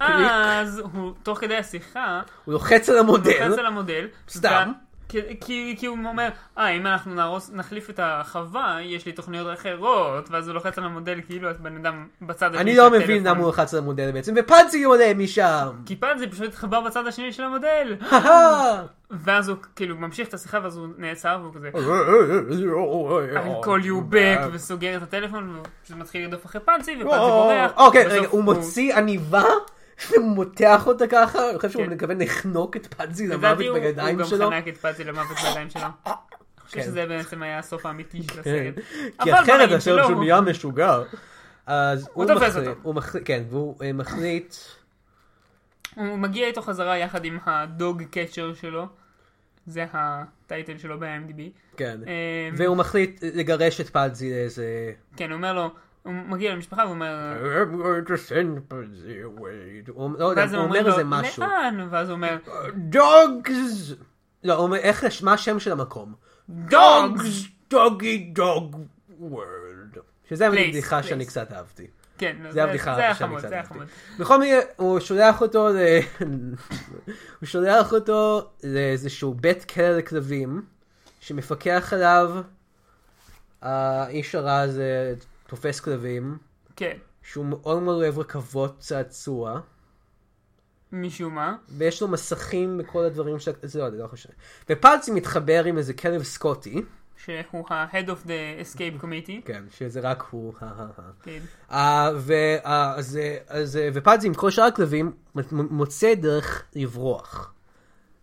S2: ואז הוא, תוך כדי השיחה,
S1: הוא לוחץ על
S2: הוא לוחץ
S1: המודל,
S2: על המודל.
S1: כן. סתם.
S2: ו- כי- כי, כי הוא אומר, אה, אם אנחנו נהרוס, נחליף את החווה, יש לי תוכניות אחרות, ואז הוא לוחץ על המודל כאילו את בן אדם בצד השני
S1: אני
S2: של
S1: לא
S2: הטלפון.
S1: מבין למה הוא לוחץ על המודל בעצם, ופאנצי עולה משם!
S2: כי פעם זה פשוט התחבר בצד השני של המודל. ואז הוא כאילו ממשיך את השיחה ואז הוא נעצר והוא כזה,
S1: לא,
S2: I call you back, וסוגר את הטלפון, והוא פשוט מתחיל לרדוף אחרי פאנצי, ופאנצי בורח.
S1: אוקיי,
S2: ובסוף
S1: רגע, הוא מוציא עניבה, והוא מותח אותה ככה, אני חושב שהוא
S2: כן.
S1: מתכוון לחנוק את פאנצי
S2: לדעתי
S1: למוות
S2: הוא הוא
S1: בידיים
S2: גם
S1: שלו.
S2: חנק את פאנצי למוות בידיים שלו. אני חושב
S1: כן.
S2: שזה בעצם היה הסוף האמיתי של
S1: כן.
S2: הסרט.
S1: כי
S2: אבל
S1: אחרת
S2: בחיים
S1: הסרט
S2: שלו
S1: שהוא
S2: הוא-
S1: נהיה משוגע. אז הוא
S2: תופס
S1: מחליט-
S2: אותו.
S1: הוא מחליט, כן, והוא אה, מחליט,
S2: הוא מגיע איתו חזרה יחד עם הדוג קצ'ר שלו, זה הטייטל שלו ב-IMDb.
S1: כן,
S4: אה,
S2: אמ,
S1: והוא מחליט לגרש את פאנצי לאיזה...
S2: כן, הוא אומר לו, הוא מגיע למשפחה ואומר,
S1: אה,
S4: I'm אה, going to send Pansy away.
S1: הוא לא יודע,
S2: ואז
S1: הוא
S2: הם
S1: אומר
S2: אומרים
S1: איזה
S2: לו,
S1: משהו.
S4: אה,
S1: אה,
S2: לאן? ואז הוא אומר,
S4: Dogs!
S1: לא, הוא אומר, איך, הש- מה השם של המקום?
S2: דוגס!
S4: Doggy dog world.
S1: שזה היה
S2: Place,
S1: בדיחה
S2: place.
S1: שאני קצת אהבתי.
S2: כן, לא,
S1: זה הבדיחה
S2: זה היה
S1: שאני
S2: חמוד,
S1: קצת
S2: זה היה
S1: אהבתי.
S2: חמוד.
S1: בכל מקרה, הוא שולח אותו ל... הוא שולח אותו לאיזשהו בית כלא לכלבים, שמפקח עליו, האיש הרע הזה תופס כלבים,
S2: כן,
S1: שהוא מאוד מאוד אוהב רכבות צעצוע,
S2: משום מה.
S1: ויש לו מסכים בכל הדברים של... זה לא, זה לא חשוב. ופלצי מתחבר עם איזה כלב סקוטי,
S2: שהוא ה-Head of the Escape Committee.
S1: כן, שזה רק הוא, הא, הא, הא.
S2: כן.
S1: אה, ו- אה, אז, אה, אז, אה, ופלצי עם כל שאר הכלבים מ- מ- מוצא דרך לברוח.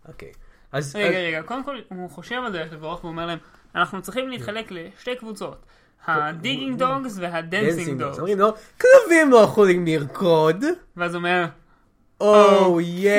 S1: אוקיי. אז... אז-
S2: רגע, רגע, קודם כל הוא חושב על דרך לברוח ואומר להם, אנחנו צריכים להתחלק לשתי קבוצות, ה-Digging Dogs וה-Dancing
S1: דנסינג דוגס.
S2: Dogs.
S1: אומרים לו, כלבים לא יכולים לרקוד. Oh,
S2: ואז הוא אומר, אוקיי. "אה?"
S1: או יא.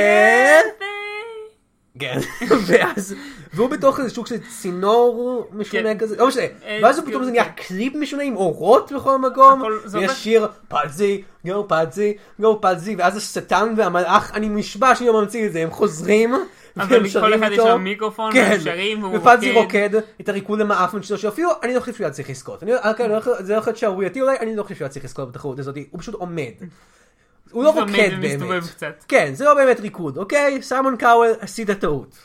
S2: "Hey."
S1: כן. ואז, והוא בתוך איזה שוק של צינור משונה
S2: כן.
S1: כזה, לא משנה.
S2: אה,
S1: ואז הוא
S2: כן,
S1: פתאום זה
S2: כן.
S1: נהיה קליפ משונה עם אורות בכל מקום.
S2: הכל- זה
S1: ויש
S2: ממש-
S1: שיר, פלזי, גו פלזי, גו פלזי, ואז השטן והמלאך, אני נשבע שאני לא ממציא את זה, הם חוזרים. והם
S2: אבל לכל
S1: שרים
S2: אחד יש
S1: איתו.
S2: לו מיקרופון,
S1: כן,
S2: והם שרים, והוא
S1: ופלזי
S2: רוקד.
S1: רוקד את הריקוד למאפן שלו, שאפילו אני לא חושב שהוא היה צריך לזכות. אני- אוקיי, אני לא יכול- זה לא יכול להיות שערורייתי אולי, אני לא חושב שהוא היה צריך לזכות בתחרות הזאת, הוא פשוט עומד. הוא לא
S2: הוא עומד
S1: רוקד
S2: ומסתובב
S1: באמת.
S2: קצת.
S1: כן, זה לא באמת ריקוד, אוקיי? סיימון קאוול עשית טעות.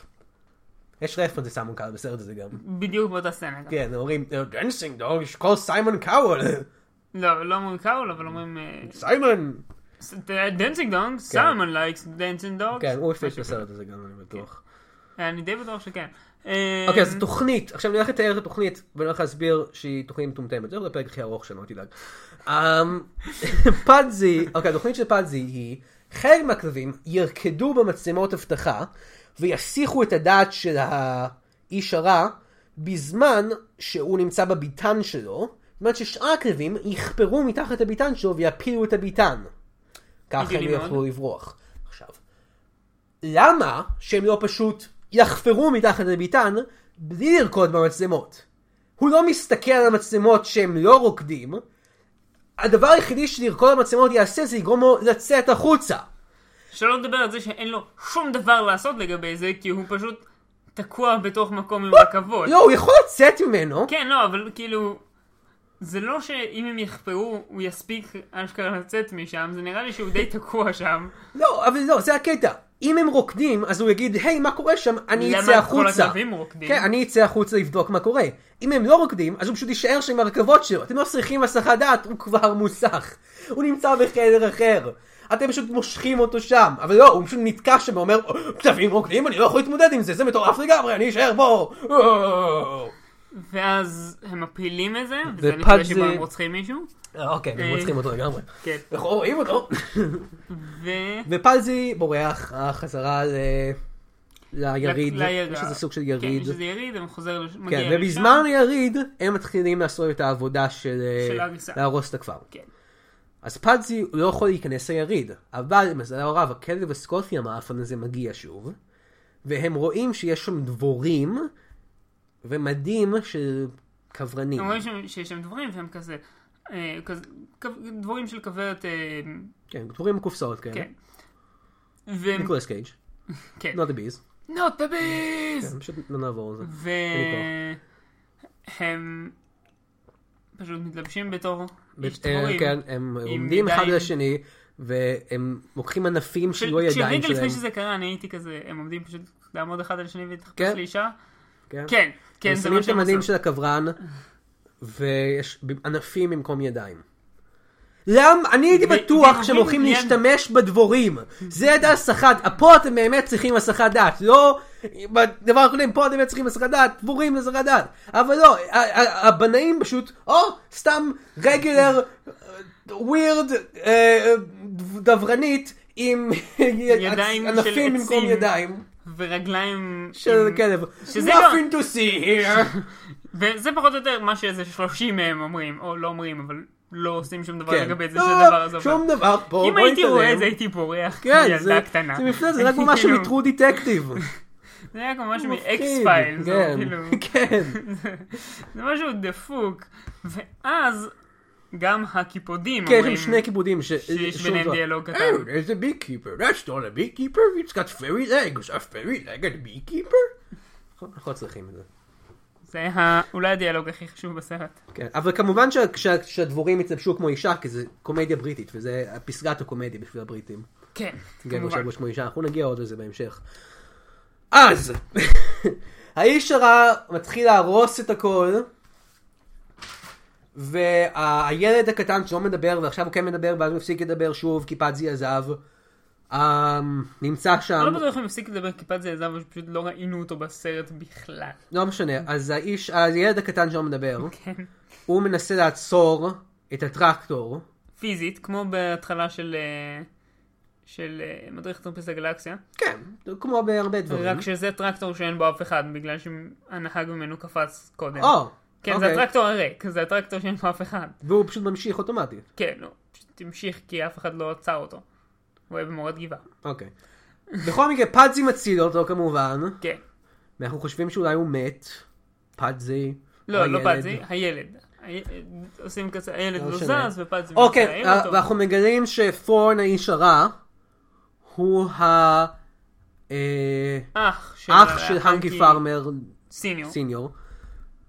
S1: יש רפרנס לסיימון קאוול בסרט הזה גם.
S2: בדיוק באותה סצנה. גם.
S1: כן, אומרים, דנסינג דוג, כל סיימון קאוול,
S2: לא, לא אומרים קאול, אבל אומרים... אה,
S1: סיימון.
S2: דנסינג דונג, סלמון לייקס דנסינג דונג.
S1: כן, הוא הפיק בסרט הזה גם, אני בטוח.
S2: אני די בטוח שכן. אה,
S1: אוקיי, אז תוכנית. עכשיו אני הולך לתאר את התוכנית, ואני הולך להסביר שהיא תוכנית מטומטמת. זה הפרק הכי ארוך שלנו, אל תדאג. אמ, פדזי, אוקיי, התוכנית של פדזי היא, חלק מהכלבים ירקדו במצלמות אבטחה, ויסיחו את הדעת של האיש הרע, בזמן שהוא נמצא בביתן שלו, בזמן ששאר הכלבים יכפרו מתחת הביתן שלו ויפילו את הביתן. ככה הם
S2: הגיוני מאוד.
S1: יוכלו לברוח. עכשיו, למה שהם לא פשוט יחפרו מתחת לביתן בלי לרקוד במצלמות? הוא לא מסתכל על המצלמות שהם לא רוקדים, הדבר היחידי שלרקוד על מצלמות יעשה זה יגרום לו לצאת החוצה.
S2: שלא לדבר על זה שאין לו שום דבר לעשות לגבי זה, כי הוא פשוט תקוע בתוך מקום עם רכבות.
S1: לא, הוא יכול לצאת ממנו,
S2: כן, לא, אבל כאילו... זה לא שאם הם יחפרו, הוא יספיק אשכרה לצאת משם, זה נראה לי שהוא די תקוע שם.
S1: לא, אבל לא, זה הקטע. אם הם רוקדים, אז הוא יגיד, היי, מה קורה שם? אני
S2: למה
S1: אצא
S2: כל
S1: החוצה.
S2: הכלבים רוקדים?
S1: כן, אני אצא החוצה לבדוק מה קורה. אם הם לא רוקדים, אז הוא פשוט יישאר שם עם הרכבות שלו. אתם לא צריכים הסחת דעת, הוא כבר מוסך. הוא נמצא בחדר אחר. אתם פשוט מושכים אותו שם. אבל לא, הוא פשוט נתקע שם ואומר, כתבים רוקדים, אני לא יכול להתמודד עם זה, זה מטורף לגמרי, אני אשאר פה.
S2: ואז הם מפילים את זה,
S1: ופאד
S2: וזה נקודה
S1: זה-
S2: שבו הם רוצחים מישהו.
S1: אה, אוקיי, הם רוצחים אותו לגמרי.
S2: כן.
S1: אנחנו רואים אותו.
S2: ו...
S1: ופלזי בורח אה, חזרה ל... ליריד,
S2: ליריד.
S1: יש איזה סוג של
S2: כן,
S1: יריד.
S2: שזה יריד, הם חוזר, לש- מגיע
S1: כן,
S2: לשם.
S1: ובזמן היריד הם מתחילים לעשות את העבודה של אה,
S2: של ההריסה.
S1: להרוס את הכפר.
S2: כן.
S1: אז פלזי לא יכול להיכנס ליריד, אבל למזל הרב הכלב הסקוטי המאפן הזה מגיע שוב, והם רואים שיש שם דבורים ומדים של קברנים.
S2: הם רואים שם- שיש שם דברים והם כזה, אה, כזה כו- דבורים של כוורת, אה,
S1: כן, דבורים מקופסאות כאלה.
S2: כן. והם,
S1: ניקולס קייג',
S2: כן.
S1: not the bees,
S2: Not the bees!
S1: כן, פשוט לא נעבור על זה.
S2: והם פשוט מתלבשים בתור איש
S1: אה,
S2: דבורים.
S1: כן, הם עומדים אחד
S2: ידיים.
S1: על השני, והם לוקחים ענפים
S2: של-
S1: שלא לא ידיים
S2: שרגע לפני
S1: שלהם.
S2: שזה קרה, אני הייתי כזה, הם עומדים פשוט לעמוד אחד על השני ולהתחפש
S1: כן.
S2: לאישה?
S1: כן.
S2: כן, כן,
S1: הם
S2: זה מה
S1: שמים את
S2: שהם
S1: המדים
S2: עושים.
S1: של הקברן, ויש ענפים במקום ידיים. למה? אני הייתי
S2: ו-
S1: בטוח
S2: והם
S1: שהם
S2: הולכים
S1: הולכים
S2: ליד-
S1: להשתמש בדבורים. זה הייתה הסחת, פה אתם באמת צריכים הסחת דעת, לא... בדבר הקודם, פה אתם באמת צריכים הסחת דעת, דבורים זה הסחת דעת. אבל לא, ה- ה- הבנאים פשוט, או, סתם רגולר, ווירד, אה, דברנית, עם
S2: ידיים של
S1: ענפים במקום
S2: עצים.
S1: ידיים.
S2: ורגליים...
S1: של
S2: עם-
S1: כלב.
S2: שזה לא-
S1: Nothing to see here.
S2: וזה פחות או יותר מה שאיזה 30 מהם אומרים, או לא אומרים, אבל לא עושים שום דבר
S1: כן.
S2: לגבי זה
S1: לא,
S2: שהדבר הזה עובר.
S1: שום דבר פה,
S2: אם
S1: בוא
S2: הייתי
S1: נתעלם.
S2: רואה את זה הייתי בורח,
S1: כן,
S2: ילדה
S1: זה-
S2: קטנה.
S1: זה מפלט, זה רק ממש
S2: כאילו,
S1: מטרו דטקטיב.
S2: זה היה כמו משהו
S1: מפחיד.
S2: מאקס פיילס,
S1: כן, כן.
S2: כאילו, זה משהו דפוק. ואז גם הקיפודים
S1: כן, יש
S2: אומרים
S1: שם שני כיבודים ש...
S2: שיש
S1: שום
S2: ביניהם
S1: דבר.
S2: דיאלוג קטן.
S4: Oh, there's a beekeeper. That's not a beekeeper. It's got fairy legs. A fairy legged beekeeper?
S1: אנחנו לא צריכים את זה.
S2: זה היה אולי הדיאלוג הכי חשוב בסרט.
S1: כן, אבל כמובן שה- כשה- שהדבורים התלבשו כמו אישה, כי זה קומדיה בריטית, וזה פסגת הקומדיה בשביל הבריטים.
S2: כן,
S1: גבר
S2: כמובן.
S1: שלבוש כמו אישה, אנחנו נגיע עוד לזה בהמשך. אז, האיש הרע מתחיל להרוס את הכל, והילד הקטן שלא מדבר, ועכשיו הוא כן מדבר, ואז הוא מפסיק לדבר שוב, כי פאדזי עזב, אה, נמצא שם,
S2: לא בטוח אם הפסיק לדבר כיפת זעזע ופשוט לא ראינו אותו בסרט בכלל.
S1: לא משנה, אז האיש, הילד הקטן שלו מדבר,
S2: אוקיי. כן.
S1: הוא מנסה לעצור את הטרקטור,
S2: פיזית, כמו בהתחלה של... אה, של אה, מדריך טרמפיסט הגלקסיה,
S1: כן, כמו בהרבה דברים.
S2: רק שזה טרקטור שאין בו אף אחד, בגלל שהנהג ממנו קפץ קודם.
S1: או,
S2: כן, זה
S1: אוקיי.
S2: הטרקטור הריק, זה הטרקטור שאין בו אף אחד.
S1: והוא פשוט ממשיך אוטומטית.
S2: כן, לא, פשוט המשיך כי אף אחד לא עצר אותו. הוא היה במורד גבעה.
S1: אוקיי. בכל מקרה, פאדזי מציל אותו כמובן,
S2: כן.
S1: ואנחנו חושבים שאולי הוא מת. פאדזי.
S2: לא, לא
S1: הילד.
S2: פאדזי, הילד. הי- עושים כזה, הילד
S1: לא
S2: לא
S1: משנה.
S2: זז ופאדזי
S1: אוקיי,
S2: מצער
S1: אה,
S2: אותו.
S1: ואנחנו מגלים שפורן האיש הרע הוא ה- אה,
S2: אח של
S1: אח של הנקי
S2: האנקי
S1: פארמר
S2: סיניור.
S1: סיניור.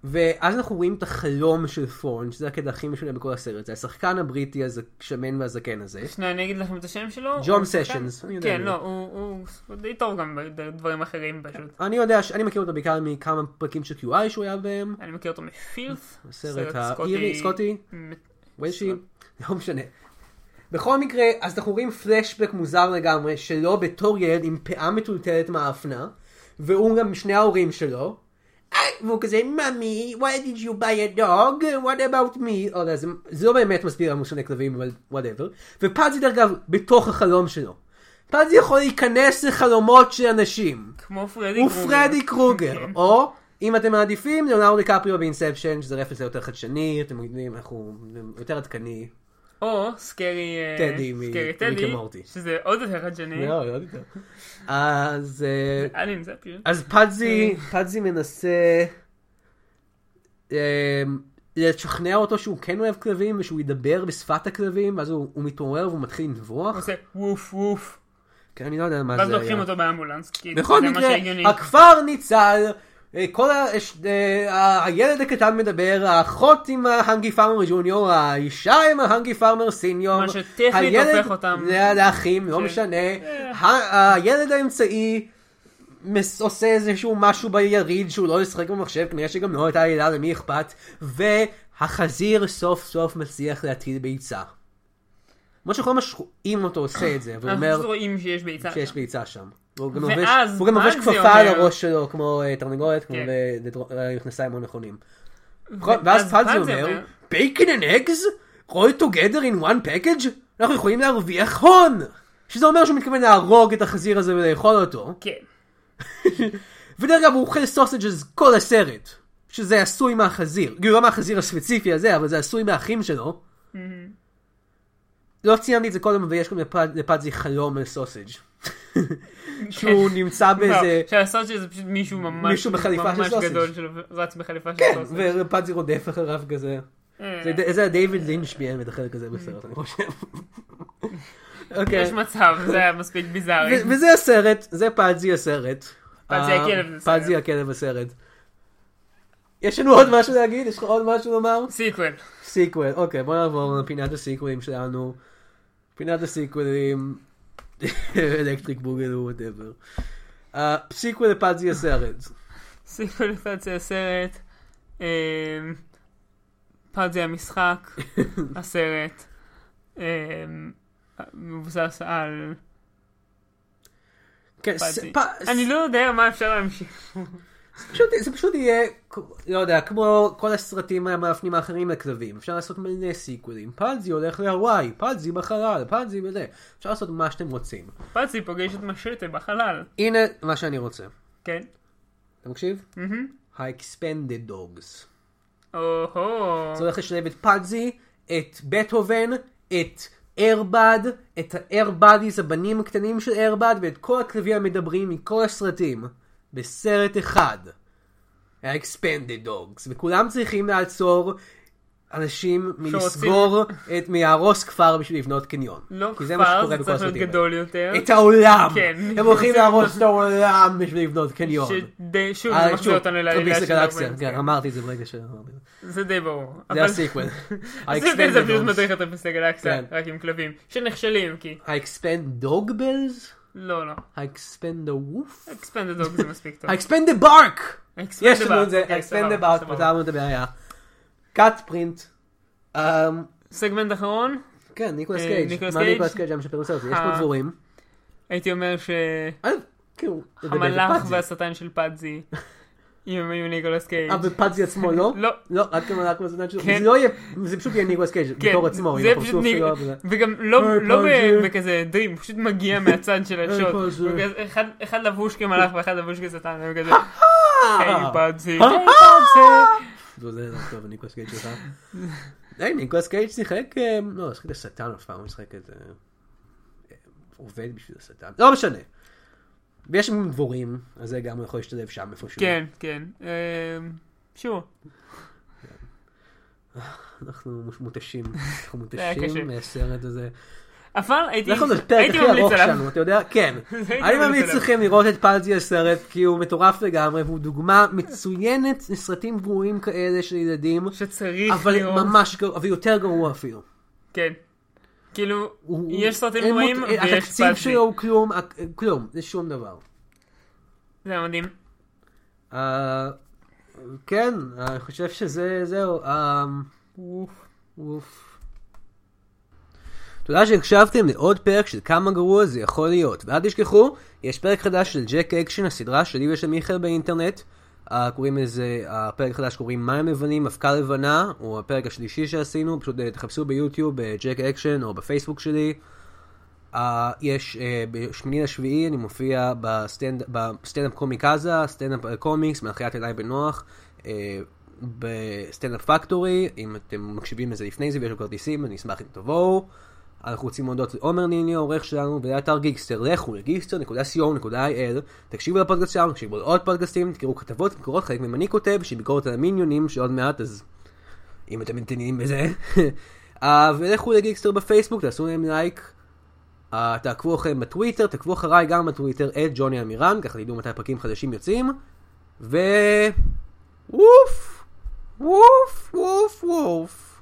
S1: ואז אנחנו רואים את החלום של פורן, שזה הקטע הכי משונה בכל הסרט, זה השחקן הבריטי השמן והזקן הזה.
S2: שנייה, אני אגיד לכם את השם שלו.
S1: ג'ון
S2: הוא שחקן-
S1: סשנס, אני יודע
S2: כן,
S1: מי
S2: לא,
S1: הוא.
S2: הוא- הוא הוא די טוב גם בדברים אחרים פשוט.
S1: אני יודע, ש- אני מכיר אותו בעיקר מכמה פרקים של QI שהוא היה בהם,
S2: אני מכיר אותו מפילף.
S1: הסרט האירי, סקוטי, ואיזושהי,
S2: סרט.
S1: לא משנה. בכל מקרה, אז אנחנו רואים פלשבק מוזר לגמרי, שלו בתור ילד עם פאה מטולטלת מהאפנה, והוא גם שני ההורים שלו. אה, והוא כזה, ממי, why did you buy a dog? what about me? או לא, זה, זה לא באמת מסביר למה הוא שונא כלבים, אבל whatever. ופאזי, דרך אגב, בתוך החלום שלו. פאזי יכול להיכנס לחלומות של אנשים.
S2: כמו פרדי
S1: הוא
S2: קרוגר.
S1: פרדי קרוגר,
S2: כן.
S1: או אם אתם מעדיפים, ליאונרדו דיקפריו באינספשן, שזה רפס יותר חדשני, אתם יודעים, אנחנו יותר עדכני.
S2: או סקרי אה,
S1: טדי מ-
S2: סקרי
S1: מיקי
S2: טדי,
S1: מורטי.
S2: שזה עוד יותר חדשני.
S1: לא, עוד יותר. אז אה,
S2: אני עם זה פשוט.
S1: אז פאדזי, פאדזי מנסה אה, לשכנע אותו שהוא כן אוהב כלבים ושהוא ידבר בשפת הכלבים, ואז הוא הוא מתעורר והוא מתחיל
S2: הוא
S1: לנבוח.
S2: עושה ווף ווף.
S1: כן, אני לא יודע מה זה
S2: אוקיי. ואז
S1: היה.
S2: לוקחים אותו באמבולנס. כי
S1: בכל
S2: כאילו, זה מה
S1: מקרה,
S2: שהגיוני.
S1: הכפר ניצל, אה, כל ה... הש- אה, ה- הילד הקטן מדבר, האחות עם ההנגי פארמר ג'וניור, האישה עם ההנגי פארמר סיניור,
S2: מה שטכנית
S1: הילד-
S2: הופך אותם.
S1: לא, לאחים, לא
S2: כן.
S1: משנה, ה- הילד האמצעי מס- עושה איזשהו משהו ביריד שהוא לא ישחק במחשב, כנראה שגם לא הייתה עילה למי אכפת, והחזיר סוף סוף מצליח להטיל ביצה. כמו שכל מה שרואים אותו עושה את זה, אבל הוא
S2: אנחנו
S1: אומר...
S2: פשוט רואים שיש ביצה.
S1: שיש
S2: שם.
S1: ביצה שם. והוא גם
S2: ואז,
S1: לובש, הוא גם
S2: מה
S1: לובש
S2: זה
S1: כפפה על
S2: אומר?
S1: הראש שלו, כמו אה, תרנגולת, כמו
S2: כן.
S1: במכנסיים לא נכונים. ואז פאדזי
S2: פאדזי
S1: אומר, בייקן אנד אגז? כל together in one package? אנחנו יכולים להרוויח הון! שזה אומר שהוא מתכוון להרוג את החזיר הזה ולאכול אותו.
S2: כן.
S1: ודרך אגב, הוא אוכל סוסג'ז כל הסרט. שזה עשוי מהחזיר. כאילו, לא מהחזיר הספציפי הזה, אבל זה עשוי מהאחים שלו. לא ציינתי את זה קודם, אבל יש גם לפאד- לפאדזי חלום על סוסג'. שהוא נמצא באיזה...
S2: לא, שהסוד שזה פשוט מישהו ממש
S1: מישהו בחליפה של
S2: ממש
S1: סוסג'.
S2: גדול שלו, רץ בחליפה של
S1: כן,
S2: סוסג'.
S1: ופאדזי רודף אחריו כזה.
S2: אה,
S1: זה ד- זה הדייוויד לינץ' ביים את החלק הזה בסרט, אני חושב. אוקיי.
S2: יש מצב, זה היה מספיק ביזארי.
S1: ו- וזה הסרט, זה פאדזי הסרט.
S2: פאדזי
S1: אה,
S2: הכלב זה
S1: פאדזי
S2: סרט.
S1: הכלב הסרט. יש לנו עוד משהו להגיד? יש לך עוד משהו לומר?
S2: סיקוול.
S1: סיקוול, אוקיי, בוא נעבור לפינת הסיקוולים שלנו. פינת הסיקוולים, אלקטריק בוגל או וואטאבר. אה, סיקוול לפאדזי הסרט.
S2: סיקוול לפאדזי הסרט. אמ, פאדזי המשחק. הסרט. אמ, מבוסס על...
S1: כן, ס-
S2: פאדזי.
S1: פ-
S2: אני לא יודע מה אפשר להמשיך.
S1: פשוט, זה פשוט יהיה, לא יודע, כמו כל הסרטים המאפנים האחרים לכלבים, אפשר לעשות מלא סיקוולים, פלזי הולך להוואי, פלזי בחלל, פלזי וזה, אפשר לעשות מה שאתם רוצים.
S2: פאדזי פוגש את משטה בחלל.
S1: הנה מה שאני רוצה.
S2: כן.
S1: אתה מקשיב? ה-expanded dogs.
S2: או-הו.
S1: זה הולך לשלב את פלזי, את בטהובן, את ארבד, את הארבדיז, הבנים הקטנים של ארבד, ואת כל הכלבים המדברים מכל הסרטים, בסרט אחד. ה-expanded dogs, וכולם צריכים לעצור אנשים מלסגור, את, מלהרוס כפר בשביל לבנות קניון.
S2: לא
S1: כי זה מה
S2: כפר,
S1: שקורה
S2: זה
S1: בכל
S2: צריך להיות
S1: הסרטים האלה.
S2: גדול יותר.
S1: את העולם!
S2: כן.
S1: הם הולכים להרוס את העולם בשביל לבנות קניון.
S2: שדי- שוב,
S1: אה,
S2: זה מחזיר
S1: שוב,
S2: אותנו לעלילה
S1: טרמפיסט
S2: של
S1: הגלקסיה,
S2: 40.
S1: כן, אמרתי את זה ברגע שאמרתי.
S2: זה די ברור.
S1: זה
S2: אבל-
S1: הסיקוול.
S2: הסרטים זה
S1: ה-expanded
S2: פשוט
S1: dogs.
S2: מדריך את אפס לגלקסיה,
S1: כן.
S2: רק עם כלבים, שנכשלים כי...
S1: I expand dog bells?
S2: לא, לא.
S1: I expand the woof?
S2: אקספנד דוג זה מספיק טוב.
S1: I expand the bark!
S2: Expand
S1: יש
S2: the
S1: לנו את
S2: bark.
S1: זה, I
S2: אוקיי,
S1: expand the
S2: סבבה,
S1: bark,
S2: סבבה.
S1: פתרנו את הבעיה. קאט פרינט. אמ,
S2: סגמנט אחרון,
S1: כן, ניקולס
S2: אה,
S1: קייג'.
S2: ניקולס
S1: מה
S2: קייג'?
S1: ניקולס קייג' היה משפר בסרט? יש פה
S2: ה-
S1: דבורים.
S2: הייתי אומר שהמלאך
S1: אה, כאילו, אתה יודע, בפאדזי.
S2: והשטן של פאדזי, אם הם היו ניקולס קייג'.
S1: אה, ופאדזי עצמו לא?
S2: לא.
S1: לא, רק כמלאך והשטן שלו.
S2: כן.
S1: זה לא יהיה, זה פשוט יהיה ניקולס קייג' בתור עצמו, עם
S2: זה פשוט
S1: הפרצוף
S2: ניק-
S1: שלו. וזה.
S2: וגם לא,
S1: היי,
S2: לא
S1: פאדזי.
S2: ב- בכזה דרים, הוא פשוט מגיע מהצד של השוט.
S1: פאדזי.
S2: הוא כזה- אחד- אחד לבוש כמלאך ואחד לבוש כשטן, והם כזה, היי פאדזי, היי
S1: אה.
S2: פאדזי.
S1: זה זה זה טוב, ניקולס קייג' שלך. היי, ניקולס קייג' שיחק, אה, לא, שיחק את השטן אף פעם, הוא שיחק את... אה, עובד בשביל השטן. לא משנה. ויש שם דבורים, אז זה גם יכול להשתלב שם איפשהו.
S2: כן, כן. אמ, שוב,
S1: אנחנו מותשים, אנחנו
S2: היה קשה.
S1: מותשים מהסרט הזה.
S2: אבל הייתי
S1: אנחנו זה פרק
S2: הייתי
S1: הכי
S2: ממליץ
S1: ארוך
S2: עליו.
S1: שלנו, אתה יודע? כן. אני ממליץ
S2: ממליץ עליו.
S1: לכם לראות את פלזי הסרט, כי הוא מטורף לגמרי, והוא דוגמה מצוינת לסרטים גרועים כאלה של ילדים,
S2: שצריך
S1: אבל
S2: לראות.
S1: ממש גרוע, ויותר גרוע אפילו.
S2: כן. כאילו,
S1: הוא-
S2: יש סרטים
S1: אין
S2: גרועים
S1: מות- אה,
S2: ויש
S1: התקציב
S2: פלסי.
S1: שלו הוא כלום, הק- כלום, זה שום דבר.
S2: זה היה מדהים.
S1: אה, כן, אני חושב שזה, זהו. אה, אוף. תודה שהקשבתם לעוד פרק של כמה גרוע זה יכול להיות. ואל תשכחו, יש פרק חדש של ג'ק אקשן, הסדרה שלי ושל מיכאל באינטרנט. אה, קוראים לזה, הפרק החדש קוראים מים לבנים, אבקה לבנה, הוא הפרק השלישי שעשינו, פשוט אה, תחפשו ביוטיוב, אה, ג'ק אקשן או בפייסבוק שלי. Uh, יש uh, ב-8 לשביעי, אני מופיע בסטנד- בסטנדאפ קומיקאזה, סטנדאפ אה, קומיקס, מאחיית ידיים בנוח, uh, בסטנדאפ פקטורי, אם אתם מקשיבים לזה לפני זה ויש לו כרטיסים, אני אשמח אם תבואו. אנחנו רוצים להודות לעומר ניני, העורך שלנו, ולאתר גיגסטר, לכו לגיגסטר.co.il, תקשיבו לפודקאסט שלנו, תקשיבו לעוד פודקאסטים, תקראו כתבות, מקורות, חלק מהם אני כותב, שהיא ביקורת על המיניונים, שעוד מעט אז אם אתם מתעניינים בזה. אה, ולכו לגיקסטר בפייסבוק, תעשו להם לייק. Uh, תעקבו אחריהם בטוויטר, תעקבו אחריי גם בטוויטר, את ג'וני אמירן, ככה תדעו מתי פרקים חדשים יוצאים. ו... ווף! ווף! ווף! ווף!